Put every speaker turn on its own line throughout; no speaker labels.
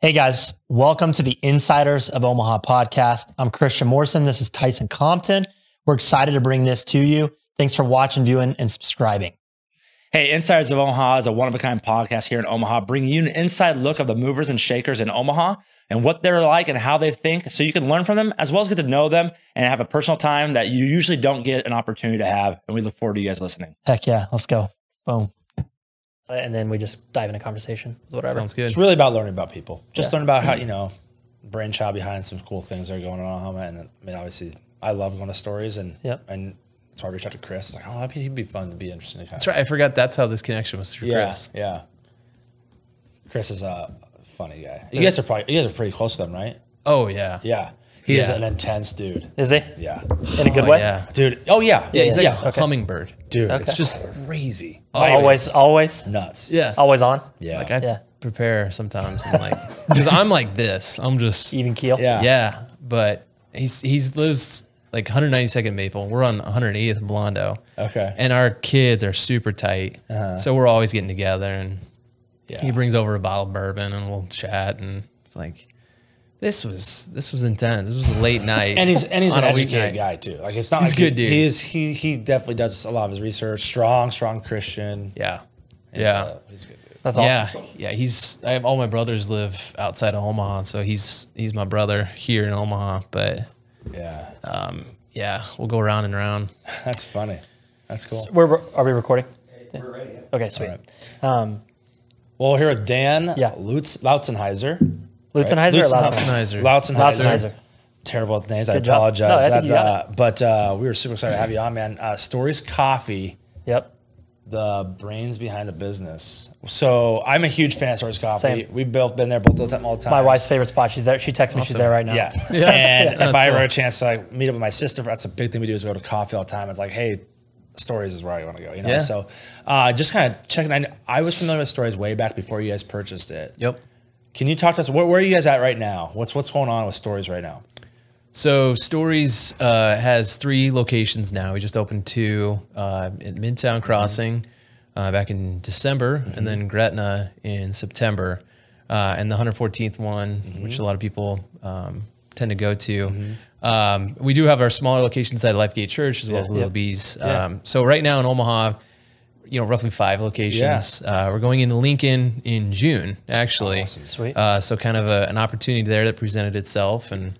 Hey guys, welcome to the Insiders of Omaha podcast. I'm Christian Morrison. This is Tyson Compton. We're excited to bring this to you. Thanks for watching, viewing, and subscribing.
Hey, Insiders of Omaha is a one of a kind podcast here in Omaha, bringing you an inside look of the movers and shakers in Omaha and what they're like and how they think so you can learn from them as well as get to know them and have a personal time that you usually don't get an opportunity to have. And we look forward to you guys listening.
Heck yeah, let's go. Boom. And then we just dive into conversation with whatever.
Sounds good.
It's really about learning about people. Just
Yeah.
learn about how you know brainchild behind some cool things that are going on. Omaha. And I mean, obviously, I love going to stories, and
Yep.
and it's hard to reach out to Chris. It's like, oh, that'd be- he'd be fun to be interesting. To kind
That's right. I forgot that's how this connection was through
Yeah,
Chris.
yeah. Chris is a funny guy. You guys are probably you guys are pretty close to them, right?
Oh yeah.
Yeah, he is
Yeah.
an intense dude.
Is he
Yeah,
in a good
Oh,
way?
Yeah.
dude. Oh yeah,
Yeah, he's like
yeah,
a hummingbird.
dude.
Okay.
It's just crazy.
Always, always,
nuts.
Yeah.
always on.
yeah,
Like I
Yeah.
prepare sometimes, and like because I'm like this. I'm just
Even keel.
yeah,
yeah. But he's he's lives like 192nd Maple. We're on 108th and Blondo.
Okay. Uh-huh.
And our kids are super tight, so we're always getting together. And
yeah.
he brings over a bottle of bourbon, and we'll chat. And it's like this was this was intense. This was a late night.
and he's and he's
on
an
a
educated
weeknight.
guy too. Like it's not
He's
like
a good
he,
dude.
He is he he definitely does a lot of his research. Strong, strong Christian.
Yeah. Yeah.
Uh, he's a good dude.
That's awesome.
Yeah, yeah. He's I have all my brothers live outside of Omaha, so he's he's my brother here in Omaha. But
Yeah,
Uh, yeah, we'll go around and around.
that's funny. That's cool.
We're, are we recording? We're ready. Okay, sweet. Um,
Well, we're here with Dan
Yeah.
Lutz, Lautzenheiser.
Lutzenheiser or Lautzen?
Lautzenheiser.
Lutzenheiser. Lautzenheiser.
Lautzenheiser.
Terrible with names. I
Good job.
apologize.
No, I think
That,
you got
uh, but uh, we were super excited to have you on, man. Uh, Stories Coffee,
Yep.
the brains behind the business. So I'm a huge fan of Stories Coffee.
Same.
We've both been there both the time, all the time.
My wife's favorite spot. She's there. She texts me. She's there right now.
Yeah.
Yeah.
And
That's
if I ever
cool.
had a chance to like meet up with my sister, that's a big thing we do is we go to coffee all the time. It's like, hey, stories is where I want to go, you know?
Yeah.
So uh, just kind of checking. I, kn- I was familiar with stories way back before you guys purchased it.
Yep.
Can you talk to us? Where, where are you guys at right now? What's what's going on with stories right now?
So Stories uh, has three locations now. We just opened two uh, at Midtown Crossing uh, back in December, and then Gretna in September, uh, and the 114th one, which a lot of people um, tend to go to. Um, we do have our smaller locations at Lifegate Church as well as Little Bees. Um, so right now in Omaha, you know, roughly five locations. Uh, we're going into Lincoln in June, actually.
Sweet.
Uh, so kind of a, an opportunity there that presented itself, and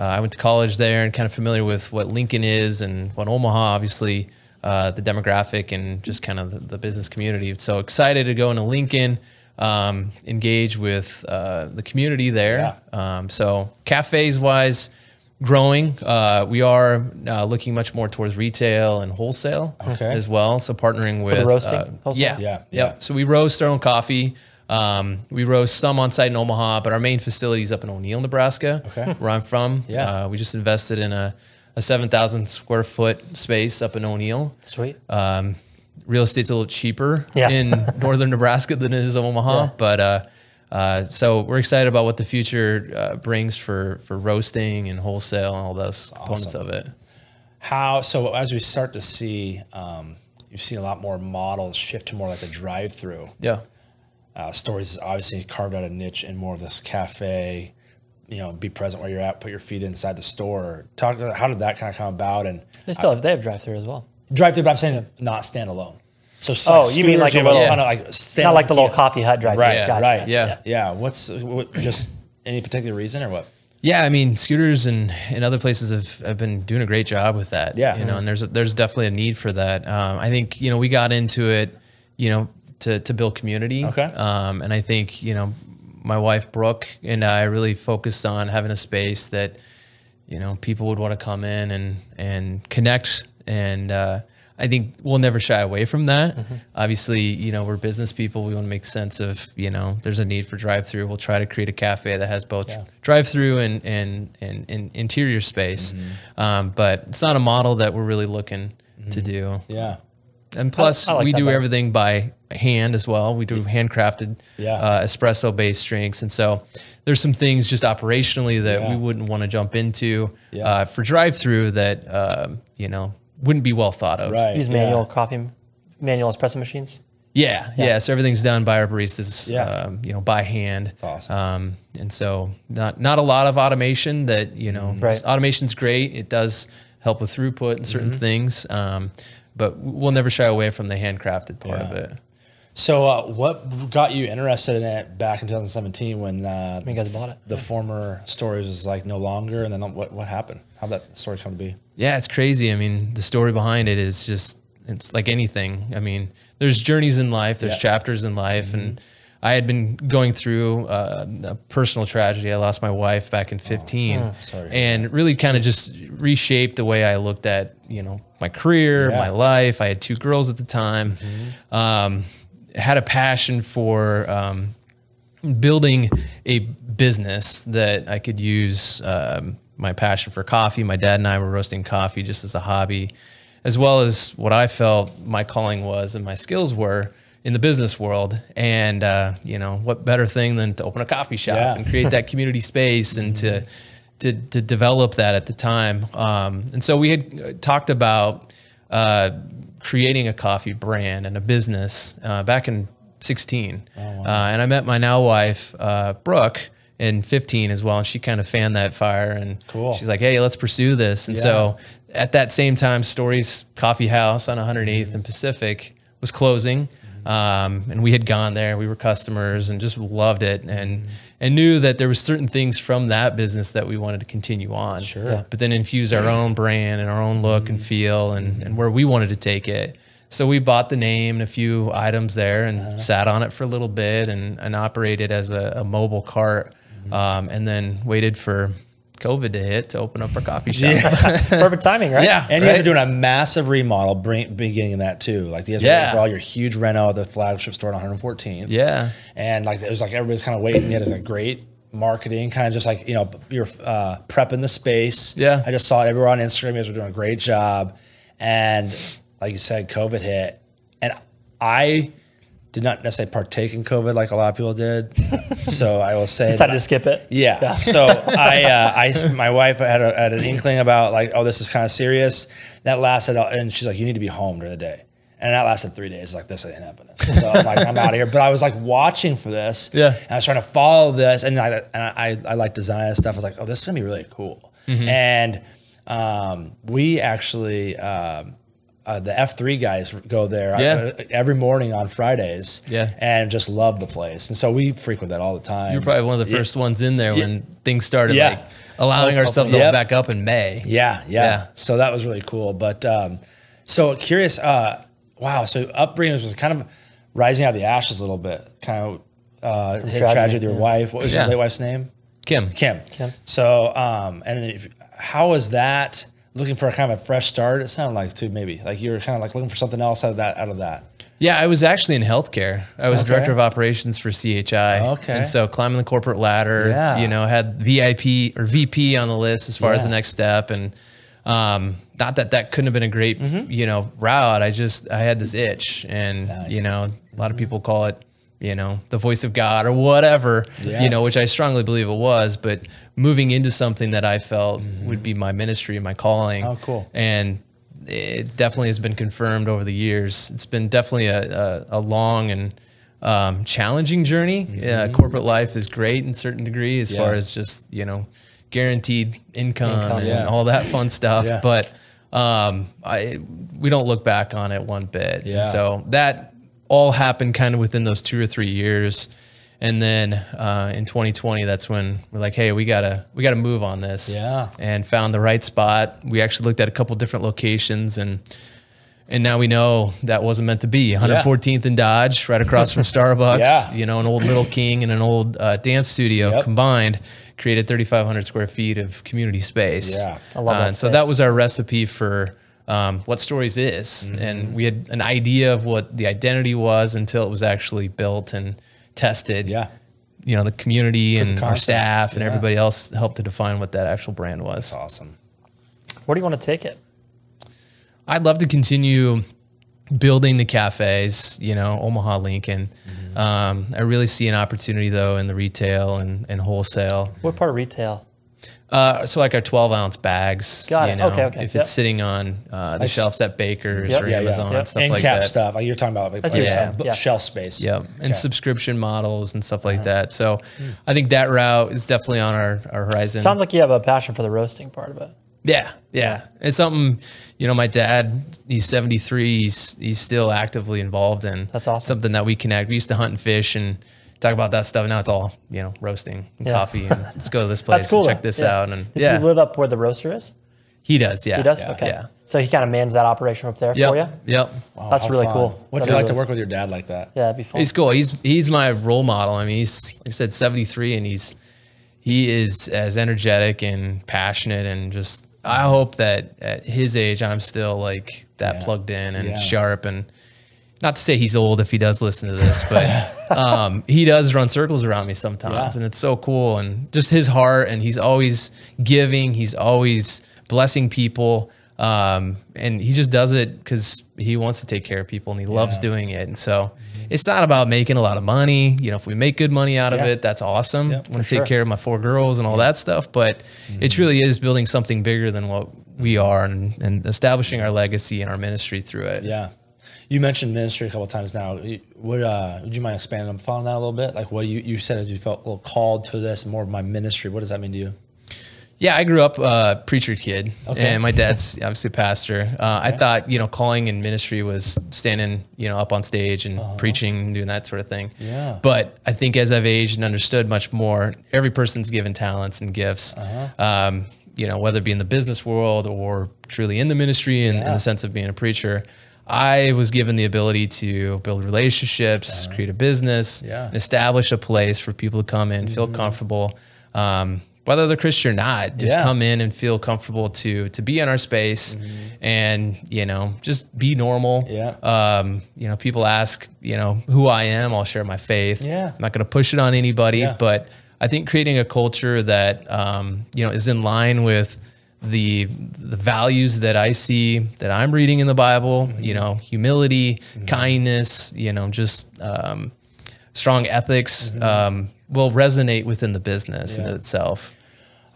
uh, I went to college there and kind of familiar with what Lincoln is and what Omaha, obviously, uh, the demographic and just kind of the, the business community. So excited to go into Lincoln, um, engage with uh, the community there. Um, so cafes wise. Growing, uh, we are uh, looking much more towards retail and wholesale
Okay.
as well. So partnering with
roasting
uh,
wholesale?
yeah,
Yeah,
yeah,
yeah.
So we roast our own coffee. Um, we roast some on site in Omaha, but our main facility is up in O'Neill, Nebraska,
Okay.
where I'm from.
Yeah.
Uh, we just invested in a, a 7,000 square foot space up in O'Neill.
Sweet.
Um, real estate's a little cheaper
Yeah.
in northern Nebraska than it is in Omaha,
Yeah.
but uh, uh, so we're excited about what the future uh, brings for for roasting and wholesale and all those components of it.
How so? As we start to see, um, you've seen a lot more models shift to more like a drive-through.
Yeah.
Uh, stories has obviously carved out a niche in more of this cafe. You know, be present where you're at. Put your feet inside the store. Talk. about How did that kind of come about? And
They still have, they have drive through as well.
drive-through, but I'm saying not standalone. So
Oh, you mean like
scooters, you
a
have
little-
ton of, like
Not like the
standalone
little
kiosk.
coffee hut drive through.
Right,
Gotcha.
right.
Yeah.
Yeah. What's what, just any particular reason or what?
Yeah, I mean, scooters and, and other places have, have been doing a great job with that.
Yeah. Mm-hmm.
you know, and there's there's definitely a need for that. Um, I think you know we got into it, you know, to to build community.
Okay.
Um, and I think you know, my wife Brooke and I really focused on having a space that you know people would want to come in and and connect and uh, i think we'll never shy away from that obviously you know we're business people we want to make sense of you know there's a need for drive through we'll try to create a cafe that has both drive through and, and and and interior space um, but it's not a model that we're really looking to do
Yeah.
and plus
I like
we
that
do
better.
everything by hand as well we do handcrafted
Yeah.
uh, espresso based drinks and so there's some things just operationally that
Yeah.
we wouldn't want to jump into
Yeah.
uh, for drive through that um, you know wouldn't be well thought of
Right.
Use
yeah.
manual coffee, manual espresso machines.
Yeah, yeah. So everything's done by our baristas,
Yeah.
um, you know, by hand. It's
awesome.
Um, and so not not a lot of automation that you know.
Mm-hmm.
Right.
Automation's great. It does help with throughput and certain
Mm-hmm.
things, um, but we'll never shy away from the handcrafted part of
Yeah.
it.
So, uh, what got you interested in it back in 2017 when uh,
you guys bought it.
The former stories was like no longer, and then uh, what what happened? How would that story come to be?
Yeah, it's crazy. I mean, the story behind it is just it's like anything. I mean, there's journeys in life, there's
Yeah. Mm-hmm.
chapters in life, and I had been going through uh, a personal tragedy. I lost my wife back in 15,
Oh, sorry.
and really kind of just reshaped the way I looked at you know my career,
Yeah. Mm-hmm.
my life. I had two girls at the time. Um, had a passion for um, building a business that I could use um, my passion for coffee. My dad and I were roasting coffee just as a hobby, as well as what I felt my calling was and my skills were in the business world. And, uh, you know, what better thing than to open a coffee shop
Yeah.
and create that community space and to, to, to develop that at the time. Um, and so we had uh, talked about uh, creating a coffee brand and a business uh, back in 16. uh, and I met my now wife, uh, Brooke, in 15 as well. And she kind of fanned that fire. And
Cool.
she's like, hey, let's pursue this. And so at that same time, Stories Coffee House on 108th and Pacific was closing. Um, and we had gone there, we were customers and just loved it and, and knew that there was certain things from that business that we wanted to continue on. Sure. But then infuse our own brand and our own look and feel and, and where we wanted to take it. So we bought the name and a few items there and sat on it for a little bit and, and operated as a, a mobile cart. Um, and then waited for COVID to hit to open up our coffee shop.
Perfect timing, right?
Yeah.
And you guys
Right.
are doing a massive remodel, bring, beginning that too. Like you guys were
Yeah.
for all your huge reno at the flagship store on 114th.
Yeah.
and like it was like everybody's kind of waiting. It was like great marketing, kind of just like you know you're uh, prepping the space.
Yeah.
I just saw it everywhere on Instagram. You guys were doing a great job, and like you said, COVID hit, and I did not necessarily partake in COVID like a lot of people did. so I will say
Decided
that-
to skip it.
yeah. So I, uh, I, my wife had, a, had an inkling about like, oh, this is kind of serious. That lasted, and she's like, you need to be home during the day. And that lasted three days. Like this ain't happening. So I'm like, I'm out of here. But I was like watching for this.
Yeah.
And I was trying to follow this, and I, and I, I like design and stuff. I was like, oh, this is gonna be really cool.
Mm-hmm.
And um, we actually. Um, uh, the F3 guys go there uh,
Yeah.
every morning on Fridays
Yeah.
and just love the place. And so we frequent that all the time.
You're probably one of the first ones in there when things started
Yeah.
like allowing ourselves to
Yep.
open back up in May.
Yeah, yeah.
Yeah.
So that was really cool. But um, so curious. Uh, wow. So upbringing was kind of rising out of the ashes a little bit. Kind of uh, hit
Tragedy,
tragedy with your wife. What was
Yeah.
your late wife's name?
Kim.
Kim. Kim. So um, and if, how was that? Looking for a kind of a fresh start. It sounded like too maybe like you were kind of like looking for something else out of that out of that.
Yeah, I was actually in healthcare. I was
Okay.
director of operations for CHI.
Okay.
And so climbing the corporate ladder,
Yeah.
you know, had VIP or VP on the list as far as
Yeah.
the next step. And um, not that that couldn't have been a great, you know, route. I just, I had this itch. And,
Mm-hmm. Nice.
you know, a lot of people call it, you know, the voice of God or whatever,
Yeah.
you know, which I strongly believe it was. But moving into something that I felt would be my ministry and my calling.
Mm-hmm. Oh, cool.
And it definitely has been confirmed over the years. It's been definitely a, a, a long and um, challenging journey. Yeah, corporate life is great in a certain degree as
Mm-hmm. Yeah.
far as just, you know, guaranteed income,
Income.
and
Yeah.
all that fun stuff.
Yeah.
But um, I, we don't look back on it one bit.
Yeah.
And so that all happened kind of within those two or three years. And then uh, in 2020, that's when we're like, "Hey, we gotta we gotta move on this."
Yeah.
and found the right spot. We actually looked at a couple different locations and and now we know that wasn't meant to be. 114th and Dodge, right across from Starbucks.
Yeah.
You know, an old Little King and an old uh, dance studio
Yep.
combined created 3,500 square feet of community space. Uh,
Yeah.
I love that
and so
space.
that was our recipe for um, what Stories is,
Mm-hmm.
and we had an idea of what the identity was until it was actually built and tested.
Yeah.
You know, the community and our
concept.
staff and
Yeah.
everybody else helped to define what that actual brand was.
Awesome.
Where do you want to take it?
I'd love to continue building the cafes, you know, Omaha, Lincoln.
Mm-hmm.
Um, I really see an opportunity though in the retail and, and wholesale.
What part of retail?
Uh, so like our 12 ounce bags.
Got
you
it.
know,
Okay, okay.
If
Yep.
it's sitting on uh, the
s-
shelves at Baker's
Yep.
or
Yeah,
yeah.
Amazon
Yep.
stuff
end
like
cap
that.
stuff. Like you're talking about like,
I see what
like,
you're
uh,
saying.
book-
Yeah.
shelf space.
Yep. And subscription models and stuff like that. So I think that route is definitely on our, our horizon.
Hmm. Sounds like you have a passion for the roasting part of it.
Yeah, yeah. It's something, you know, my dad, he's 73, he's, he's still actively involved in.
That's awesome.
Something that we connect. We used to hunt and fish and talk about that stuff. Now it's all, you know, roasting and
Yeah.
coffee. And let's go to this place and
though.
check this
Yeah.
out. And
Does
yeah,
he live up where the roaster is?
he does. Yeah.
He does.
Yeah.
okay. Oh,
Yeah.
So he kind of mans that operation up there
Yep.
for you.
Yep.
Wow,
That's
Oh, how
really
fun.
cool. That'd
What's it
be
like to
really-
work with your dad like that?
Yeah, that'd be fun.
He's cool. He's, he's my role model. I mean, he's, like I said, 73 and he's, he is as energetic and passionate and just, I hope that at his age, I'm still like that
Yeah.
plugged in and
Yeah.
sharp and, not to say he's old if he does listen to this, but um, he does run circles around me sometimes, and it's so cool. And just his heart, and he's always giving, he's always blessing people, um, and he just does it because he wants to take care of people and he loves doing it. And so it's not about making a lot of money. You know, if we make good money out of
Yeah.
it, that's awesome.
Yep,
I
for
want to take
sure.
care of my four girls and all that stuff, but it truly is building something bigger than what we are and, and establishing our legacy and our ministry through it.
Yeah. You mentioned ministry a couple times now. You- Would uh, would you mind expanding upon that a little bit? Like what you you said is you felt a little called to this more of my ministry. What does that mean to you?
Yeah, I grew up a uh, preacher kid,
Okay.
and my dad's obviously a pastor. Uh, I thought, you know, calling in ministry was standing, you know, up on stage and preaching and doing that sort of thing.
Uh-huh. Yeah.
But I think as I've aged and understood much more, every person's given talents and gifts,
Uh-huh.
um, you know, whether it be in the business world or truly in the ministry and in
Yeah.
the sense of being a preacher. I was given the ability to build relationships, create a business,
Uh-huh. Yeah. Mm-hmm.
and establish a place for people to come in, feel comfortable, um, whether they're Christian or not, just
Yeah.
come in and feel comfortable to to be in our space, and you know, just be normal.
Mm-hmm. Yeah.
Um, you know, people ask, you know, who I am. I'll share my faith.
Yeah.
I'm not going to push it on anybody,
Yeah.
but I think creating a culture that um, you know is in line with the the values that I see that I'm reading in the Bible.
Mm-hmm.
You know, humility, kindness. You know, just um, strong ethics um, will resonate within the business in
Mm-hmm. Yeah.
itself.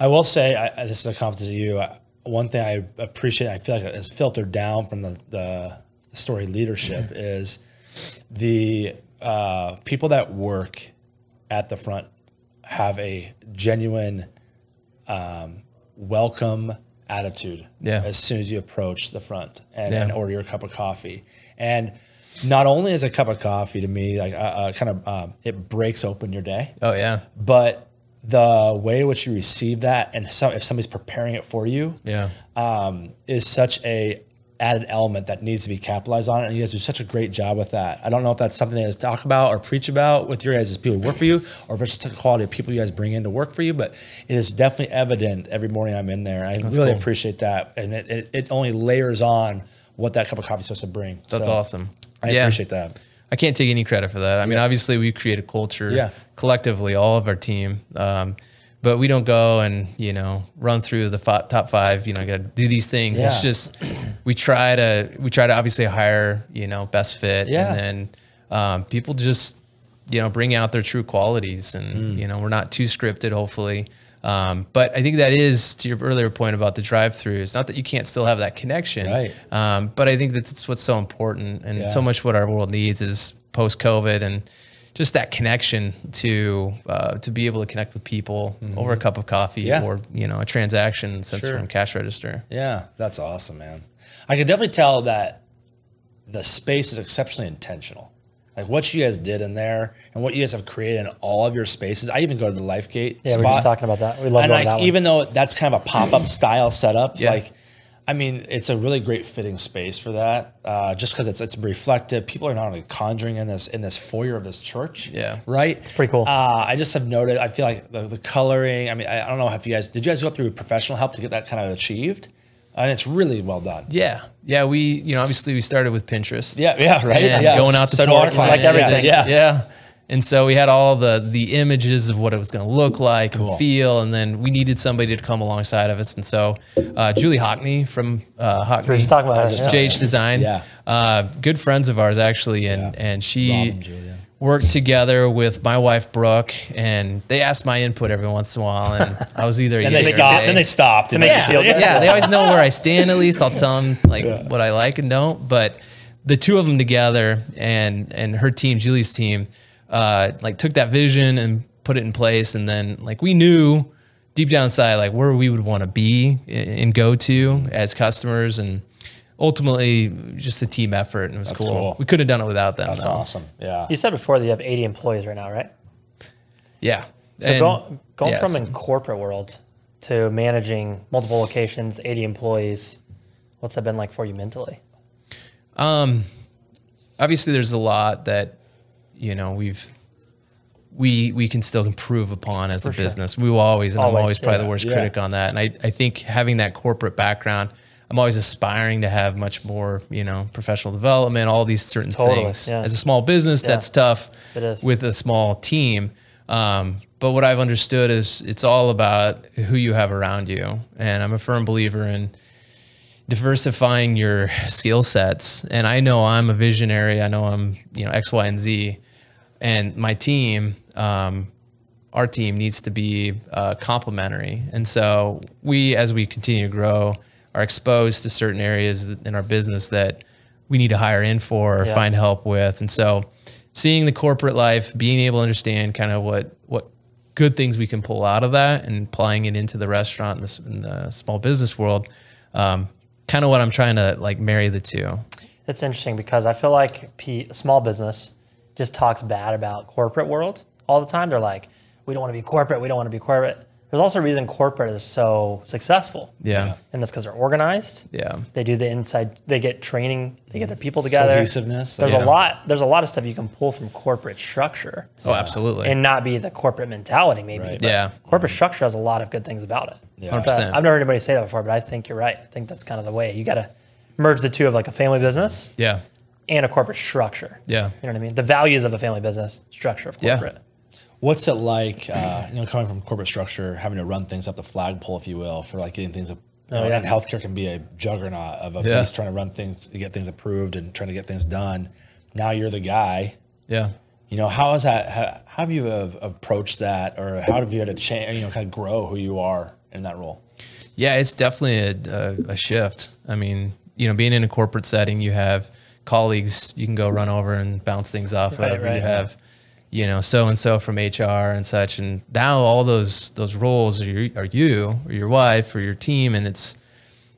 I will say I, I- this is a compliment to you. I, one thing I appreciate, I feel like it's filtered down from the the, story leadership
Mm-hmm.
is the uh, people that work at the front have a genuine um, welcome attitude
Yeah.
as soon as you approach the front and,
Yeah.
and order your cup of coffee and not only is a cup of coffee to me like uh, uh, kind of um, it breaks open your day
Oh yeah,
but the way in which you receive that and so if somebody's preparing it for you
yeah,
um, is such a added element that needs to be capitalized on and you guys do such a great job with that i don't know if that's something that you guys talk about or preach about with your guys as people who work for you or if it's just the quality of people you guys bring in to work for you but it is definitely evident every morning i'm in there i really
cool.
appreciate that and it, it, it only layers on what that cup of coffee is supposed to bring
that's
So,
awesome.
i
yeah.
appreciate that
I can't take any credit for that. I mean, obviously, we create a culture
Yeah.
collectively, all of our team. Um, but we don't go and you know run through the fi- top five. You know, got to do these things. It's
Yeah.
just we try to we try to obviously hire you know best fit,
Yeah.
and then um, people just you know bring out their true qualities,
Mm.
and you know we're not too scripted, hopefully. Um, but I think that is to your earlier point about the drive-through. It's not that you can't still have that connection,
Right.
um, but I think that's what's so important, and
Yeah.
so much what our world needs is post COVID and just that connection to uh, to be able to connect with people over a cup of coffee
Mm-hmm. Yeah.
or you know a transaction since
Sure.
from cash register.
Yeah, that's awesome, man. I could definitely tell that the space is exceptionally intentional. Like what you guys did in there and what you guys have created in all of your spaces. I even go to the Lifegate
yeah, we were
spot.
just talking about that. Uh, We love
and
going
like
that one.
even though that's kind of a pop-up style setup,
Yeah.
like I mean, it's a really great fitting space for that. Uh, just because it's it's reflective. People are not only conjuring in this in this foyer of this church.
Yeah.
Right? It's
pretty cool.
uh, I just have noted. I feel like the, the coloring. I mean, I, I don't know if you guys did. You guys go through professional help to get that kind of achieved, and it's really well done.
Yeah, yeah. We you know obviously we started with Pinterest.
Yeah, yeah, right.
and
yeah.
going out to
so do our
Portland,
clients,
like
yeah,
everything.
Yeah,
yeah. And so we had all the the images of what it was going to look like
Cool.
and feel, and then we needed somebody to come alongside of us. And so uh, Julie Hockney from uh, Hockney,
were just talking about her,
just
yeah.
JH Design,
Yeah.
uh, good friends of ours actually, and
Yeah.
and she
Robin, Julia.
worked together with my wife Brooke, and they asked my input every once in a while, and I was either
Then they stopped. Then they stopped to
yeah, yeah, they always know where I stand. At least I'll tell them like what I like and don't. But the two of them together and and her team, Julie's team, uh, like took that vision and put it in place. And then like we knew deep down inside like where we would want to be a- and go to as customers and. Ultimately, just a team effort, and it was cool.
cool.
We couldn't have done it without them.
That's
though.
awesome. Yeah.
You said before that you have 80 employees right now, right?
Yeah.
So
And-
going, going
yes.
from in corporate world to managing multiple locations, 80 employees, what's that been like for you mentally?
obviously there's a lot that you know we've we we can still improve upon as a
sure.
business. We will always, and I'm
Always,
always probably
yeah.
the worst
Yeah.
critic on that. And I, I think having that corporate background, I'm always aspiring to have much more, you know, professional development, all these certain
Totally,
things.
yeah.
As a small business, that's tough
It is.
with a small team. Um, but what I've understood is it's all about who you have around you. And I'm a firm believer in diversifying your skill sets. And I know I'm a visionary. I know I'm, you know, X, Y, and Z. And my team, um, our team needs to be uh, complementary. And so we, as we continue to grow, are exposed to certain areas in our business that we need to hire in for or
Yeah.
find help with. And so seeing the corporate life, being able to understand kind of what, what good things we can pull out of that and applying it into the restaurant and the, s- and the small business world, um, kind of what I'm trying to like marry the two.
It's interesting because I feel like P, small business just talks bad about corporate world all the time. They're like, we don't want to be corporate. We don't want to be corporate. There's also a reason corporate is so successful.
Yeah.
And that's because they're organized.
Yeah.
They do the inside, they get training, they get their people together.
Cohesiveness,
There's a
yeah.
lot, there's a lot of stuff you can pull from corporate structure
Oh, absolutely.
and not be the corporate mentality, maybe.
Right.
but
Yeah.
Corporate structure has a lot of good things about it.
Yeah.
100%.
I've never heard anybody say that before, but I think you're right. I think that's kind of the way you got to merge the two of like a family business
yeah.
and a corporate structure.
Yeah.
You know what I mean? The values of a family business, structure of
Yeah.
corporate.
What's it like, uh, you know, coming from corporate structure, having to run things up the flagpole, if you will, for like getting things, you know,
yeah.
and healthcare can be a juggernaut of a
Yeah.
beast trying to run things, to get things approved and trying to get things done. Now you're the guy.
Yeah.
You know, how is that? How, how have you uh, approached that, or how have you had to change? You know, kind of grow who you are in that role.
Yeah, it's definitely a, a, a shift. I mean, you know, being in a corporate setting, you have colleagues you can go run over and bounce things off
Right,
of.
right.
You have, you know, so and so from HR and such. And now all those those roles are, your, are you or your wife or your team, and it's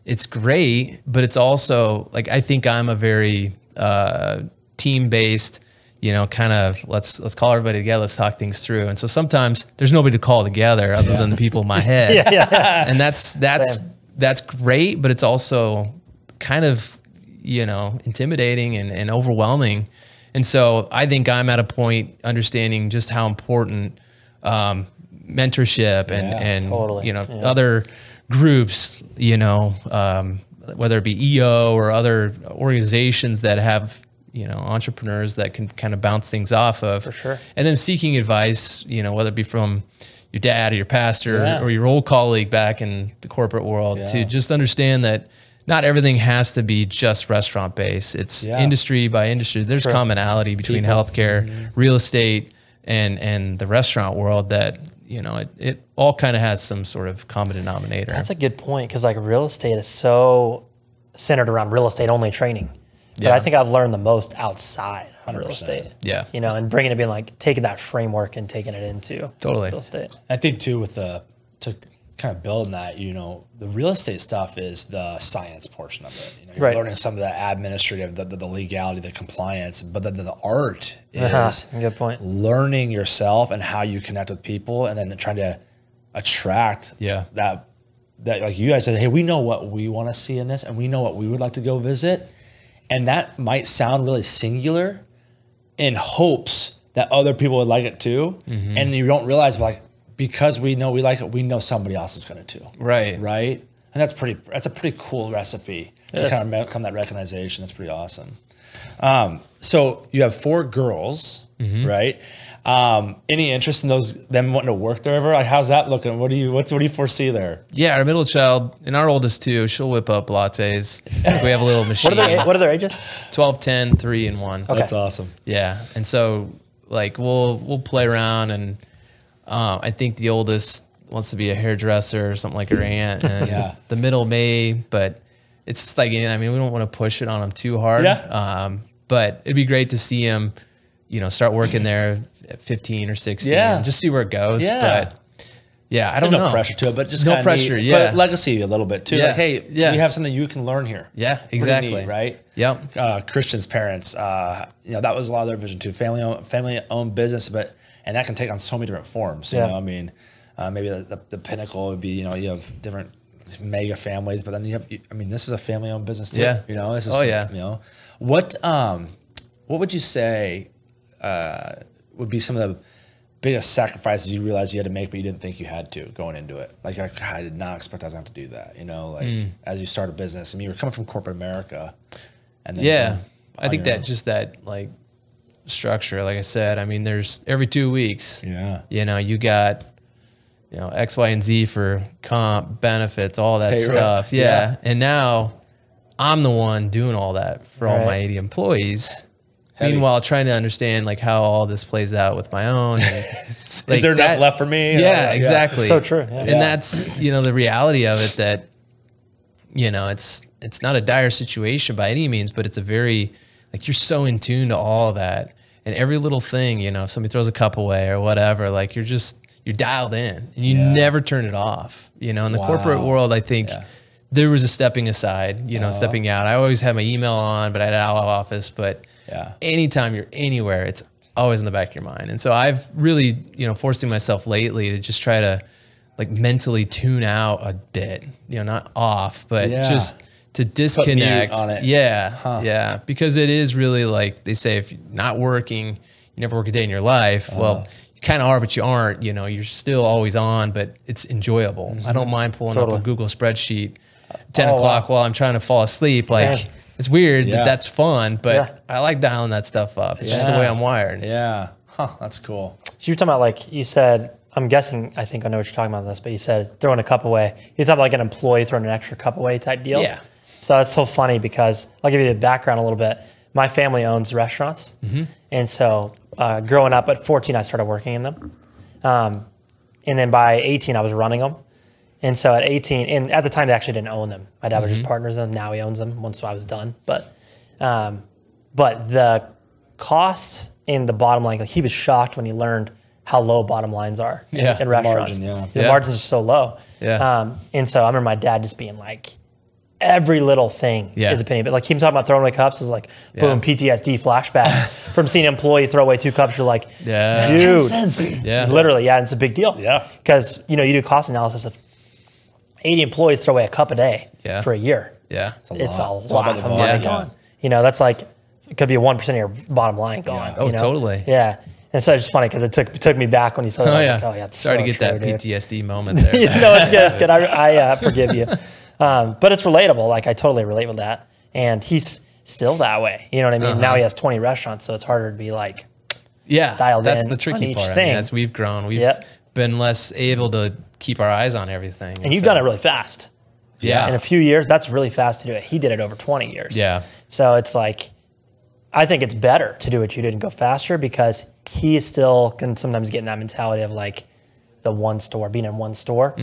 it's great, but it's also like I think I'm a very uh, team based, you know, kind of let's let's call everybody together, let's talk things through. And so sometimes there's nobody to call together other than the people in my head. yeah, And that's that's
Same.
that's great, but it's also kind of you know intimidating and, and overwhelming. And so I think I'm at a point understanding just how important um, mentorship and
Yeah,
and
totally.
you know
Yeah.
other groups, you know, um, whether it be EO or other organizations that have, you know, entrepreneurs that can kind of bounce things off of. For
sure.
And then seeking advice, you know, whether it be from your dad or your pastor
Yeah.
or your old colleague back in the corporate world
Yeah.
to just understand that not everything has to be just restaurant based. It's
Yeah.
industry by industry. There's commonality between healthcare,
Mm-hmm.
real estate, and and the restaurant world that you know it, it all kind of has some sort of common denominator.
That's a good point because like real estate is so centered around real estate only training. But
Yeah.
I think I've learned the most outside of real
100%.
estate.
Yeah.
You know, and bringing it being like taking that framework and taking it into
Totally.
real estate.
I think too with the to kind of build on that, you know, the real estate stuff is the science portion of it. You know, you're
Right.
learning some of the administrative, the, the, the legality, the compliance, but then the art is
Uh-huh. Good point.
learning yourself and how you connect with people, and then trying to attract
Yeah.
that that like you guys said, hey, we know what we want to see in this, and we know what we would like to go visit, and that might sound really singular, in hopes that other people would like it too, and you don't realize like because we know we like it, we know somebody else is going to too,
Right.
Right, and that's pretty. That's a pretty cool recipe to
Yes.
kind of come that recognition. That's pretty awesome. Um, so you have four girls, right? Um, any interest in those them wanting to work there ever? Like, how's that looking? What do you what's what do you foresee there?
Yeah, our middle child and our oldest too, she'll whip up lattes. we have a little machine.
What are their what are their ages?
12, 10, 3, and 1.
That's awesome.
Yeah. And so Like we'll we'll play around, and um, I think the oldest wants to be a hairdresser or something like her aunt, and
Yeah.
the middle may, but it's just like I mean we don't want to push it on him too hard.
Yeah.
Um, but it'd be great to see him, you know, start working there at 15 or 16.
Yeah.
Just see where it goes.
Yeah.
But yeah, I don't
There's no
know.
pressure to it, but just
No
kinda
pressure,
neat.
yeah.
But legacy a little bit too.
Yeah,
Like, hey,
yeah.
we have something you can learn here.
Yeah,
Pretty neat,
exactly.
right.
Yep.
Uh, Christian's parents, uh, you know, that was a lot of their vision too. Family owned, family owned business, but and that can take on so many different forms. You
Yeah.
know, I mean, uh, maybe the, the, the pinnacle would be you know you have different mega families, but then you have I mean this is a family owned business too.
Yeah.
You know, this is
Oh, yeah.
You know, what um, what would you say uh, would be some of the biggest sacrifices you realized you had to make, but you didn't think you had to going into it? Like, you're like, "God, I did not expect I was going to have to do that. You know, like
Mm.
as you start a business, I mean, you were coming from corporate America, and then
Yeah. I
on
think
your
that
own.
just that like structure, like I said, I mean, there's every two weeks,
Yeah.
you know, you got, you know, X, Y, and Z for comp benefits, all that
Payroll.
stuff. Yeah.
Yeah.
And now I'm the one doing all that for all my
Right.
80 employees.
Heavy.
Meanwhile, trying to understand like how all this plays out with my own. And,
is there enough left for me?
Yeah,
And all that,
exactly.
It's so true, yeah.
And
Yeah.
that's you know the reality of it that you know it's it's not a dire situation by any means, but it's a very like you're so in tune to all that and every little thing. You know, if somebody throws a cup away or whatever, like you're just you're dialed in and you
Yeah.
never turn it off. You know, in the corporate
Wow.
world, I think.
Yeah. Uh-huh.
There was a stepping aside, you know, stepping out. I always had my email on, but I had out of office. But
Yeah.
anytime you're anywhere, it's always in the back of your mind. And so I've really, you know, forcing myself lately to just try to like mentally tune out a bit, you know, not off, but
Yeah.
just to disconnect.
on it.
Yeah. Yeah. Because it is really like they say, if you're not working, you never work a day in your life.
Uh-huh.
Well, you kind of are, but you aren't, you know, you're still always on, but it's enjoyable. I don't mind pulling
Mm-hmm. Totally.
up a Google spreadsheet, 10
Oh, wow.
o'clock while I'm trying to fall asleep. Like
Same.
it's weird
Yeah.
that that's fun, but
Yeah.
I like dialing that stuff up. It's just the way
Yeah.
I'm wired.
Yeah. yeah. Huh. That's cool.
So you're talking about like you said. I'm guessing. I think I know what you're talking about. This, but you said throwing a cup away. You're talking about like an employee throwing an extra cup away type deal.
Yeah.
So that's so funny because I'll give you the background a little bit. My family owns restaurants, and so uh, growing up at 14, I started working in them, um, and then by 18, I was running them. And so at 18, and at the time, they actually didn't own them. My dad was
Mm-hmm.
just partners in them. Now he owns them. Once I was done, but um, but the cost in the bottom line, like he was shocked when he learned how low bottom lines are in-
Yeah,
in, restaurants.
margin, yeah.
The
Yeah.
margins are so low.
Yeah.
Um, and so I remember my dad just being like, every little thing
Yeah.
is a penny. But like him talking about throwing away cups is like, boom,
Yeah.
PTSD flashbacks from seeing an employee throw away two cups. You're like,
Yeah. That's
10
dude,
cents.
Yeah.
literally, yeah, it's a big deal.
Yeah.
Because, you know, you do cost analysis of 80 employees throw away a cup a day
Yeah.
for a year
Yeah.
a
it's a
lot.
lot,
It's all about
of
the
money
volume. Yeah.
gone. You know, that's like it could be one percent of your bottom line gone.
Oh,
you know?
totally.
Yeah, and so it's just funny because it took took me back when you said, that.
Oh,
I was
yeah.
like, oh yeah, it's
Sorry
so
to get
true,
that
dude."
PTSD moment there.
Yeah, no, it's good. It's good. I, I uh, forgive you. Um, but it's relatable. Like I totally relate with that. And he's still that way. You know what I mean?
Uh-huh.
Now he has 20 restaurants, so it's harder to be like,
yeah.
dialed
that's
in
the
on
tricky
each
part. I mean,
thing.
that's we've grown. We've
Yep.
been less able to keep our eyes on everything.
and you've
so-
done it really fast.
Yeah.
In a few years, that's really fast to do it. He did it over 20 years.
Yeah.
So it's like, I think it's better to do what you did and go faster because he still can sometimes get in that mentality of like the one store, being in one store.